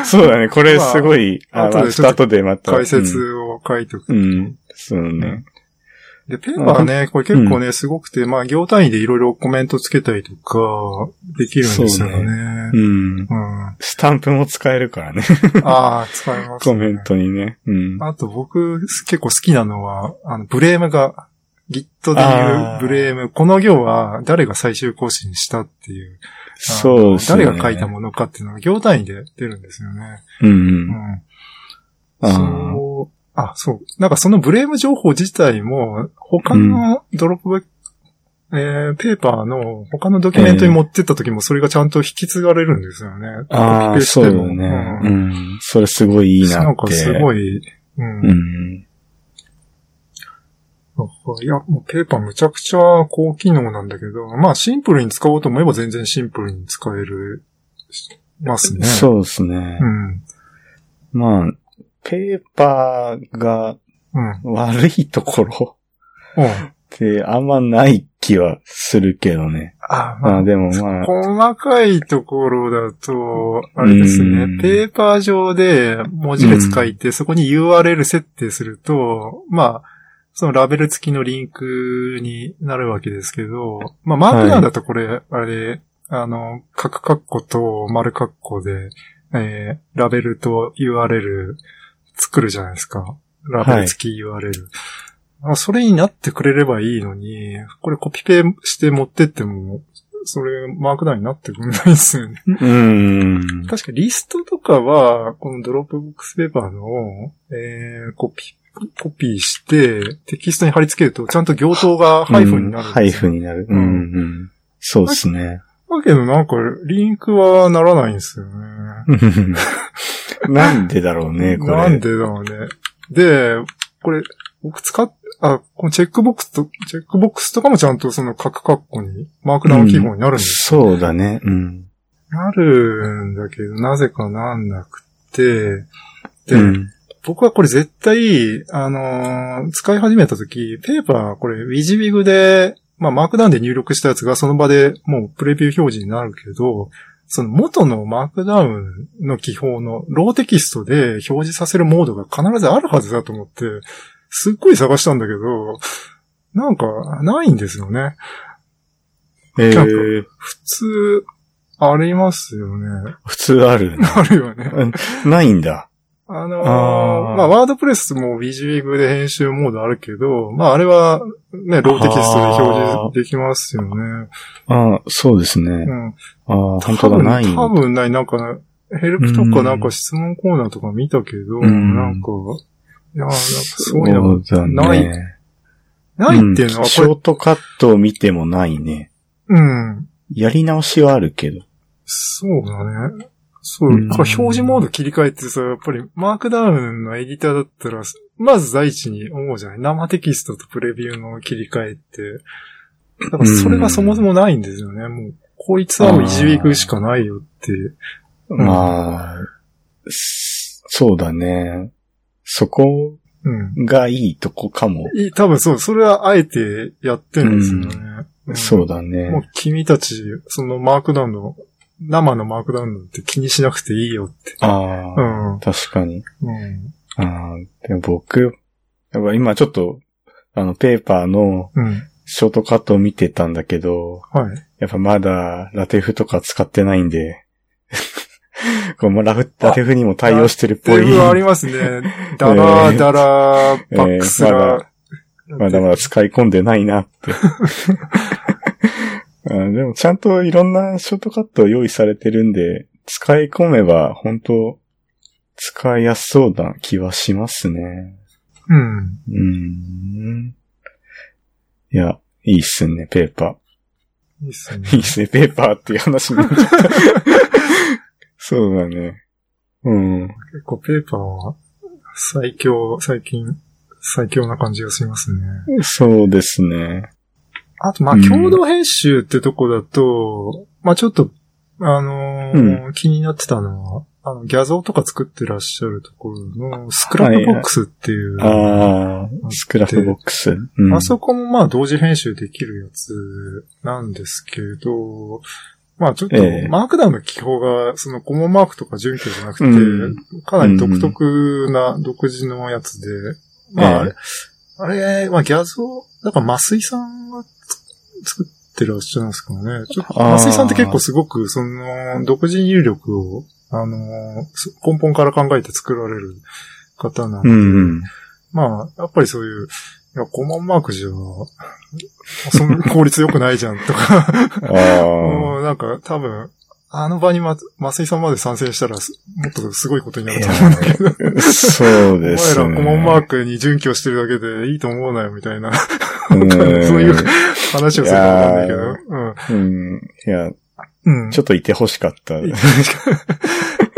そうだね、これすごい、まああ、まあ、後でちょっと後でまた。解説を書いておく。うん。うん。そうね。で、ペーパーね、これ結構ね、すごくて、まあ、行単位でいろいろコメントつけたりとか、できるんですそようね。うん。うん。あスタンプも使えるからね、あー、使います、コね。メントにね。うん。あと僕、結構好きなのは、あの、ブレームが、Git でいあうーブレーム、この行は誰が最終更新したっていう、あのそうですね。誰が書いたものかっていうのが行単位で出るんですよね。うんううん。ん。あーそう。あ、そう。なんかそのブレーム情報自体も、他のドロップバック、えー、ペーパーの他のドキュメントに持ってった時もそれがちゃんと引き継がれるんですよね。あコピあ、ペしてそうもだね。ううんん。それすごいいいなって。なんかすごい、うん。うなんかん。いや、もうペーパーむちゃくちゃ高機能なんだけど、まあシンプルに使おうと思えば全然シンプルに使える、ますね。う。そうですねう。ん。まあ、ペーパーがうん。悪いところうん。ってあんまない気はするけどね。あ、まあまあでもまあ、細かいところだと、あれですうねん、ペーパー上で文字列書いて、そこに URL 設定すると、まあ、そのラベル付きのリンクになるわけですけど、まあ、マークダウンだとこれ、あれ、あの、角括弧と丸括弧で、えーラベルと URL 作るじゃないですか。ラベル付き URL。あそれになってくれればいいのに、これコピペして持ってっても、それマークダウンになってくんないですよね。うん。確かリストとかは、このドロップボックスペーパーの、えー、コピー、コピーして、テキストに貼り付けると、ちゃんと行頭がハイフンになるうんんハでイすよ。フンになる。うんうん。そうです ね。だけどなんか、リンクはならないんですよね。なんでだろうね、これ。なんでだろうね。で、これ、僕使っ、あ、このチェックボックスと、チェックボックスとかもちゃんとその角括弧に、マークダウン記号になるんですよそうだね。うん。なるんだけど、なぜかなんなくて、で、うん。僕はこれ絶対、あのー使い始めた時、ペーパー、これ、ウィジビグで、まあ、マークダウンで入力したやつがその場でもうプレビュー表示になるけど、その元のマークダウンの記法のローテキストで表示させるモードが必ずあるはずだと思って、すっごい探したんだけど、なんか、ないんですよね。えなんかー、普通、ありますよね。 普通あるね。あるよね。ないんだ。あのーあーまあ、ワードプレスも BGM で編集モードあるけど、まあ、あれは、ね、ローテキストで表示できますよね。ああ、そうですうね。ん。ああ、本当多だ、分ないんだ多。分ない、なんか、ヘルプとうかんなんか質問コーナーとか見たけど、うんなんか、いやー、なんかすそごいな。うだね。ないないっていうのんは、ショこれ、ートカットを見てもないね。うん。やり直しはあるけど。そうだね。そう、うんこれ表示モード切り替えってさ、やっぱりマークダウンのエディターだったら、まず第一に思うじゃない生テキストとプレビューの切り替えって。だからそれがそもそもないんですよね。もう、こいつはもういじめくしかないよって。うんまあ、s- そうだね。そこうん。がいいとこかも。い多分そう、それはあえてやってるんですよね。んそうだもうね。君たち、そのマークダウンの、生のマークダウンなんて気にしなくていいよって。あうあ、ん。うん。確かに。ああ、でも僕、やっぱ今ちょっと、あの、ペーパーのうん。ショートカットを見てたんだけど、はい。やっぱまだラテフとか使ってないんで、 こうまあラフラテフにも対応してるっぽだいい。ぶありますね。だら だら、バックスが。まだまだ使い込んでないな って。あでもちゃんといろんなショートカットを用意されてるんで、使い込めば本当使いやすそうな気はしますね。うん。うーん。いや、いいっすね、ペーパいい っすねー。。いいっすね、ペーパーっていう話になっちゃった。そうだね。うん。結構ペーパーは最強、最近、最強な感じがしますね。そうですね。あと、まあ、うん共同編集ってとこだと、まあ、ちょっと、あのー気になってたのは、あの、ギャ像とか作ってらっしゃるところの、スクラップボックスっていう、ああ、スクラップボックス。うん、あそこもまあ同時編集できるやつなんですけど、まあちょっとええマークダウンの記法がそのコモンマークとか準拠じゃなくて、うかなり独特な独自のやつで、まああれ、あれ、まあギャゾー、だから増井さんが作ってらっしゃるんですかね。ちょっとあー増井さんって結構すごくその独自入力をあの、そ根本から考えて作られる方なんで、うんうん。まあ、やっぱりそういう、いや、コマンマークじゃ、その効率良くないじゃんとか、あもうなんか多分、あの場にま、松井さんまで参戦したらす、もっとすごいことになると思うんだけど、あ、そうお前ですね。らコマンマークに準拠してるだけでいいと思うなよみたいな、うん そういう話をするかわかんないけど、ううんん。いや、。うんちょっといて欲しかった。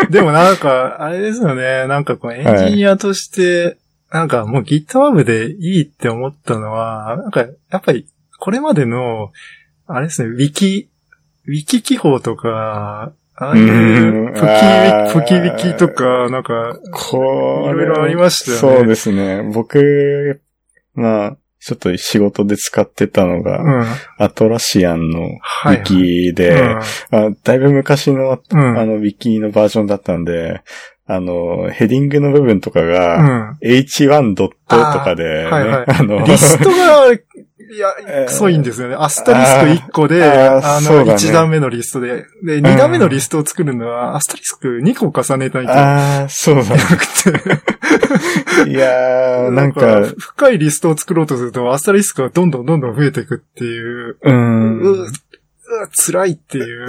でもなんか、あれですよね。なんかこうエンジニアとして、なんかもう GitHub でいいって思ったのは、なんかやっぱりこれまでの、あれですね、ウィキ、ウィキ記法とか、ああいううんプキウあーィ、プキウィキとか、なんか、こいろいろありましたよねそうですね。僕、まあ、ちょっと仕事で使ってたのうが、ん。アトラシアンのはウィい、はい。キで、あ、だいぶ昔の、うん。うん。あの、ウィキのバージョンだったんで、あの、ヘディングの部分とかうが、ん h1. ドットとかで、ね、あーはいはいあの、リストが、いえーや、クソいんですよね。アスタリスク1個で、あーあそうだの、ね1段目のリストで。で、2段目のリストを作るのは、アスタリスク2個重ねないといけなああ、そうだ。くて。い やー、なんだか、ら深いリストを作ろうとすると、アスタリスクがどんどんどんどん増えていくっていう、う。うんうう辛いっていう。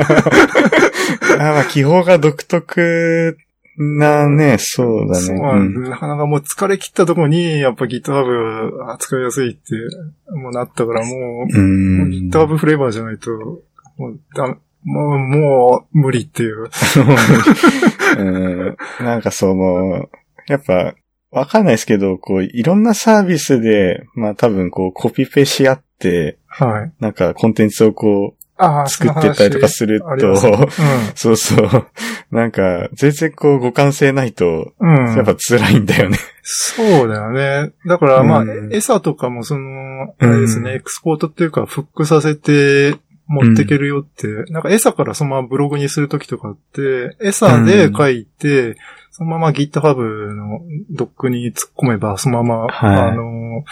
あまあ、気泡が独特なね、そうだね。そうなんですなかなかもう疲れ切ったとこに、やっぱ GitHub 扱いやすいって、もうなったからもう、うん。 GitHub フレーバーじゃないと、もうだ、もう、もう無理っていう。 うんなんかその、やっぱ、わかんないですけど、こう、いろんなサービスで、まあ多分こう、コピペし合って、はい。なんかコンテンツをこああ、う、作ってたりとかそするありますと、の話 そうそう。なんか、全然こう、互換性ないと、うん。うん。やっぱ辛いんだ よね。そうだよね。だからまあ、うんエサとかもその、うあんれですね、エクスポートっていうか、フックさせて持ってけるよって、なんかエサからそのままブログにするときとかって、エサで書いて、そのまま GitHub のドックに突っ込めば、そのまま、はいあの、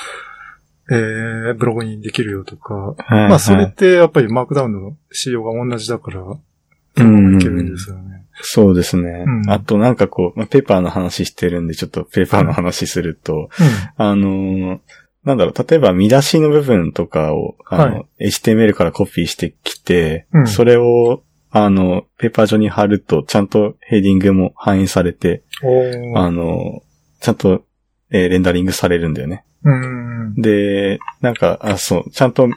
えー、ブログにできるよとか、ままあそれっ、てやっぱりマークダウンの仕様が同じだから、うんいけるんですよね。そうですね。うんあとなんかこう、まあペーパーの話してるんで、ちょっとペーパーの話すると、あのーなんだろう、例えば見出しの部分とかを、あの、は HTML からコピーしてきて、うんそれを、あの、ペーパー上に貼ると、ちゃんとヘディングも反映されて、うん。おーあの、ちゃんと、えーレンダリングされるんだよね。うん。で、なんか、あ、そう、ちゃんと、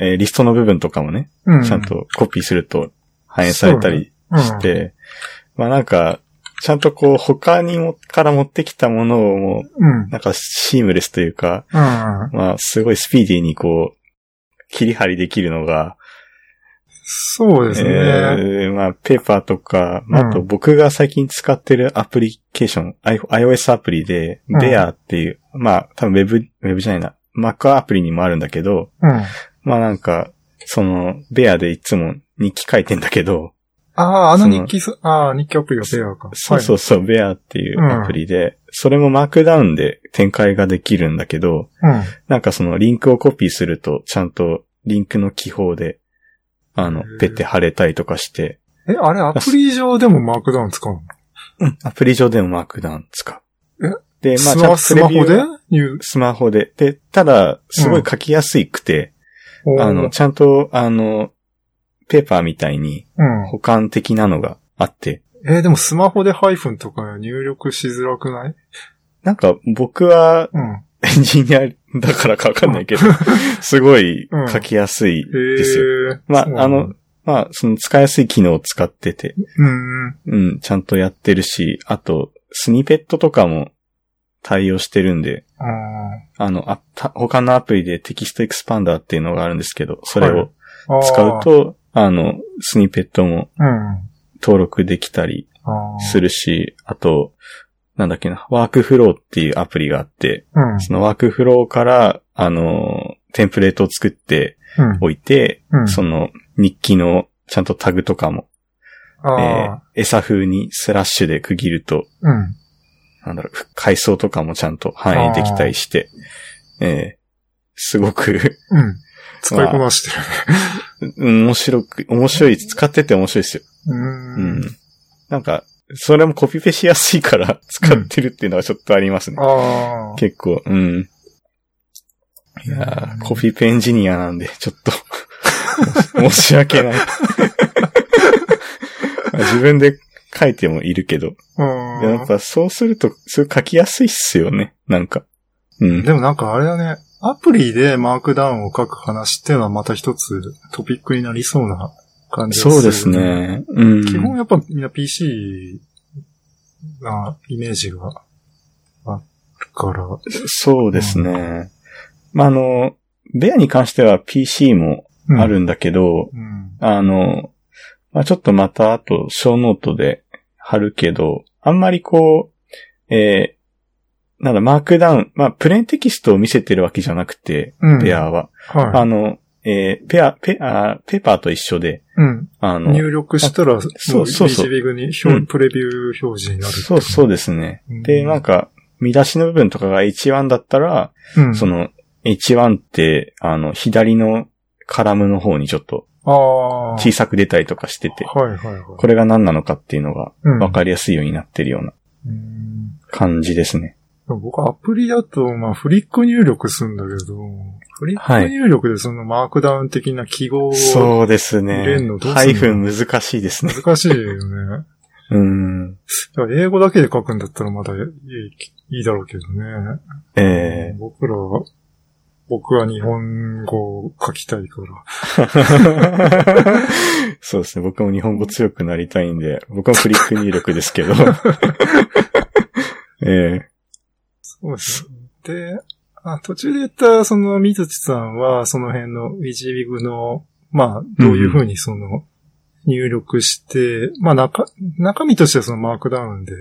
えーリストの部分とかもね、うん。ちゃんとコピーすると反映されたりうん、して、まあなんか、ちゃんとこう他にも、から持ってきたものをもうんう、。なんかシームレスというか、うん。まあすごいスピーディーにこう、切り張りできるのが、そうですね。えーまあペーパーとか、まああとうん僕が最近使ってるアプリケーション、I- iOS アプリで、うん Bear っていう、まあ多分 Web、Web じゃないな、Mac アプリにもあるんだけど、うん。まあなんか、その、Bear でいつも日記書いてんだけど、ああ、あのその日記す、ああ、日記アプリがペアか。そうそうそう、ベアっていうアプリで、それもマークダウンで展開ができるんだけど、はい。なんかそのリンクをコピーすると、ちゃんとリンクの記法で、あのへー、ペって貼れたりとかして、うん。え、あれ、アプリ上でもマークダウン使うのアプリ上でもマークダウン使うえ。で、スちゃんマとスプレマビュホーでは入スマホで。で、ただ、すごい書きやすくて、あの、、ちゃんと、あの、ペーパーみたいにうん。保管的なのがあって、えーでもスマホでハイフンとか入力しづらくないなんか僕はうん。エンジニアだからかわかんないけ ど、すごい書きやすいえですよ。ーまそうあ、あなんだの、まあ、その使いやすい機能を使ってて、うんうん。うん、ちゃんとやってるし、あと、スニペットとかも対応してるんで、ああの、あた他のアプリでテキストエクスパンダーっていうのがあるんですけど、それをはいーあー使う、と、あの、スニペットもうん。登録できたりあーするし、あと、なんだっけな、ワークフローっていうアプリがあって、うん。そのワークフローから、あの、テンプレートを作ってうん。おいて、うん。その日記のちゃんとタグとかも、あえあー餌風にスラッシュで区切ると、うん。なんだろう、階層とかもちゃんと反映できたりして、えーすごく、うん。使いこなしてる。面白く、面白い、使ってて面白いですよ。う。うんん。なんか、それもコピペしやすいから使ってるっていうのはちょっとありますね。ああ。結構、うん。いやーコピペエンジニアなんで、ちょっと 申し、申し訳 ない。自分で書いてもいるけど、うん。やっぱそうすると、そう書きやすいっすよね、なんか。 うん。でもなんかあれだね、アプリでマークダウンを書く話っていうのはまた一つトピックになりそうな感じがそうでするよ。ね。うん。基本やっぱみんな PC なイメージがあるから。そうですね。まあ、あの、ベアに関しては PC もうんあ。るんだけど、うん。あの、まあ、ちょっとまたあと、小ノートで貼るけど、あんまりこう、えー、なんだ、マークダウン、まあ、プレーンテキストを見せてるわけじゃなくて、うん。ペアは。はあい。の、えーペア、ペア、ペーパーと一緒で、うん。あの、入力したら、もうそうそうそう BGBIG にうん表、プレビュー表示になる。そうそうですね。で、なんか、見出しの部分とかが H1 だったら、うん、その、H1 って、あの、左のカラムの方にちょっとああ。小さく出たりとかしてて、はいはいはい。これが何なのかっていうのがれわかりやすいようになってるようなうん。感じですね。僕アプリだと、まあ、フリック入力するんだけど、フリッはクい入力でそのマークダウン的な記号を、そうです入れねんの。どうすんのハイフン難しいですね。難しいよね。うん。だから英語だけで書くんだったらまだいいいいだろうけどね。 ええ僕ら、僕は日本語を書きたいから。そうですね。僕も日本語強くなりたいんで、僕もフリック入力ですけ ど。えそうですね。で、あ途中で言った、その、水地さんは、その辺の WGWIG の、まあ、どういうふうにその、入力して、まあ、中、中身としてはそのマークダウンで、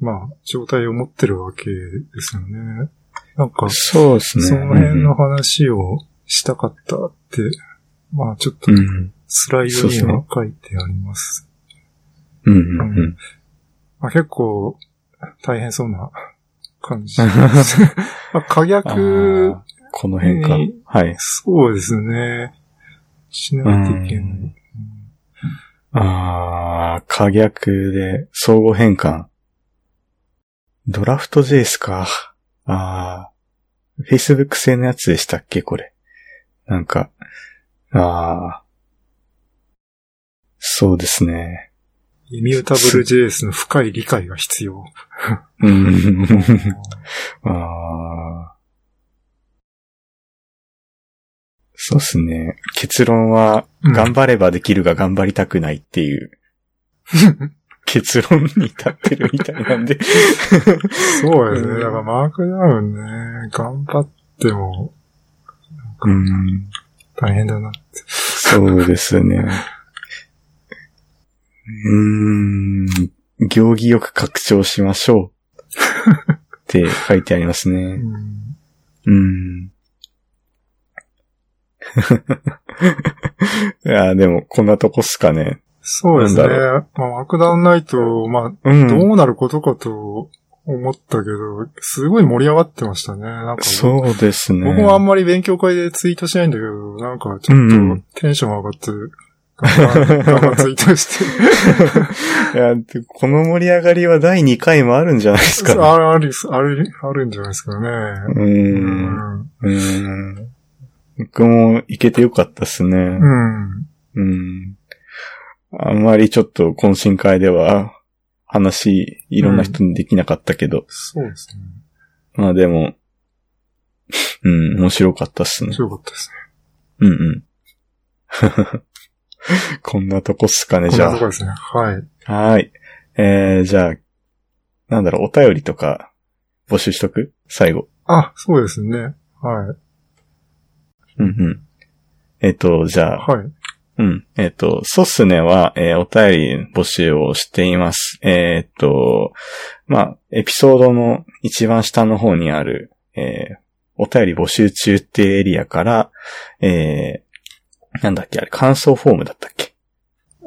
まあ、状態を持ってるわけですよね。なんかえ、そうですね。その辺の話をしたかったって、まあ、ちょっとうん、うん。スライドには書いてあります。うんうんうん。まあ、結構、大変そうな感 じです。まあ、可逆あーこの辺かえー。はい。そうですね。しないといけなうい。んああ、可逆で、相互変換。ドラフト JS か。ああ、Facebook 製のやつでしたっけこれ。なんか、ああ、そうですね。イミュータブル JS の深い理解が必要。うん。うああ。そうですね。結論は、ん頑張ればできるが頑張りたくないっていう結論に至ってるみたいなんで。 そうですうんね。だからマークダウンね、頑張ってもうん、大変だな。そうですね。うーん、行儀よく拡張しましょう。って書いてありますうね。んうん。 いや、でも、こんなとこっすかね。そうですね。なんだまあ、マークダウンないと、まうあ、どん。うなることかと思ったけど、すごい盛り上がってましたね。なんかそうですね。僕もあんまり勉強会でツイートしないんだけど、なんかちょうんうっんとテンション上がって、頑張頑張ツイートして。いや、でこの盛り上がりは第2回もあるんじゃないですか、ね。ある、ある、ある、あるんじゃないですかね。う。うんん。うん。僕も行けてよかったっすね。うん。うん。あんまりちょっと懇親会では、話、いろんな人にできなかったけど、そうですね。まあでも、うん、面白かったっすね面。白かったですうんうん。 こんなとこっすかね、ね。こんじなゃとこですね。はい。あ。はーい。えー、じゃあ、なんだろう、お便りとか、募集しとく最後。あ、そうですね。はい。うんうん。えっ、と、じゃあ、はい。うん。えっ、と、ソスネは、えーお便り募集をしています。えっ、と、まあ、エピソードの一番下の方にある、えーお便り募集中っていうエリアから、えーなんだっけ、あれ、感想フォームだったっけ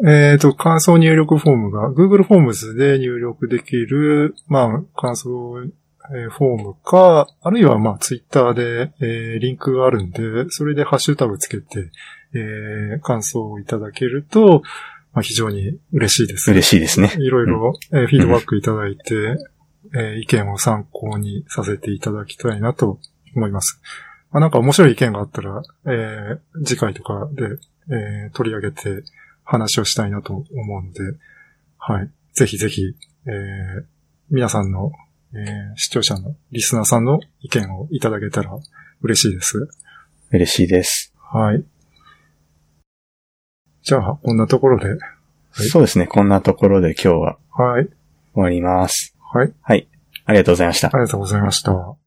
えっ、と、感想入力フォームが Google フォームズで入力できる、まあ、感想、えーフォームか、あるいはまあ、Twitter で、えーリンクがあるんで、それでハッシュタグつけて、えー感想をいただけると、まあ、非常に嬉しいです。嬉しいですね。 いろいろ、えーフィードバックいただいて、えー意見を参考にさせていただきたいなと思います。まあ、なんか面白い意見があったら、えー次回とかで、えー取り上げて話をしたいなと思うので、はい。ぜひぜひ、えー皆さんの、えー視聴者の、リスナーさんの意見をいただけたら嬉しいです。嬉しいです。はい。じゃあ、こんなところで、はいそうですね。こんなところで今日ははい。終わります。はい。ありがとうございましたあ。りがとうございました。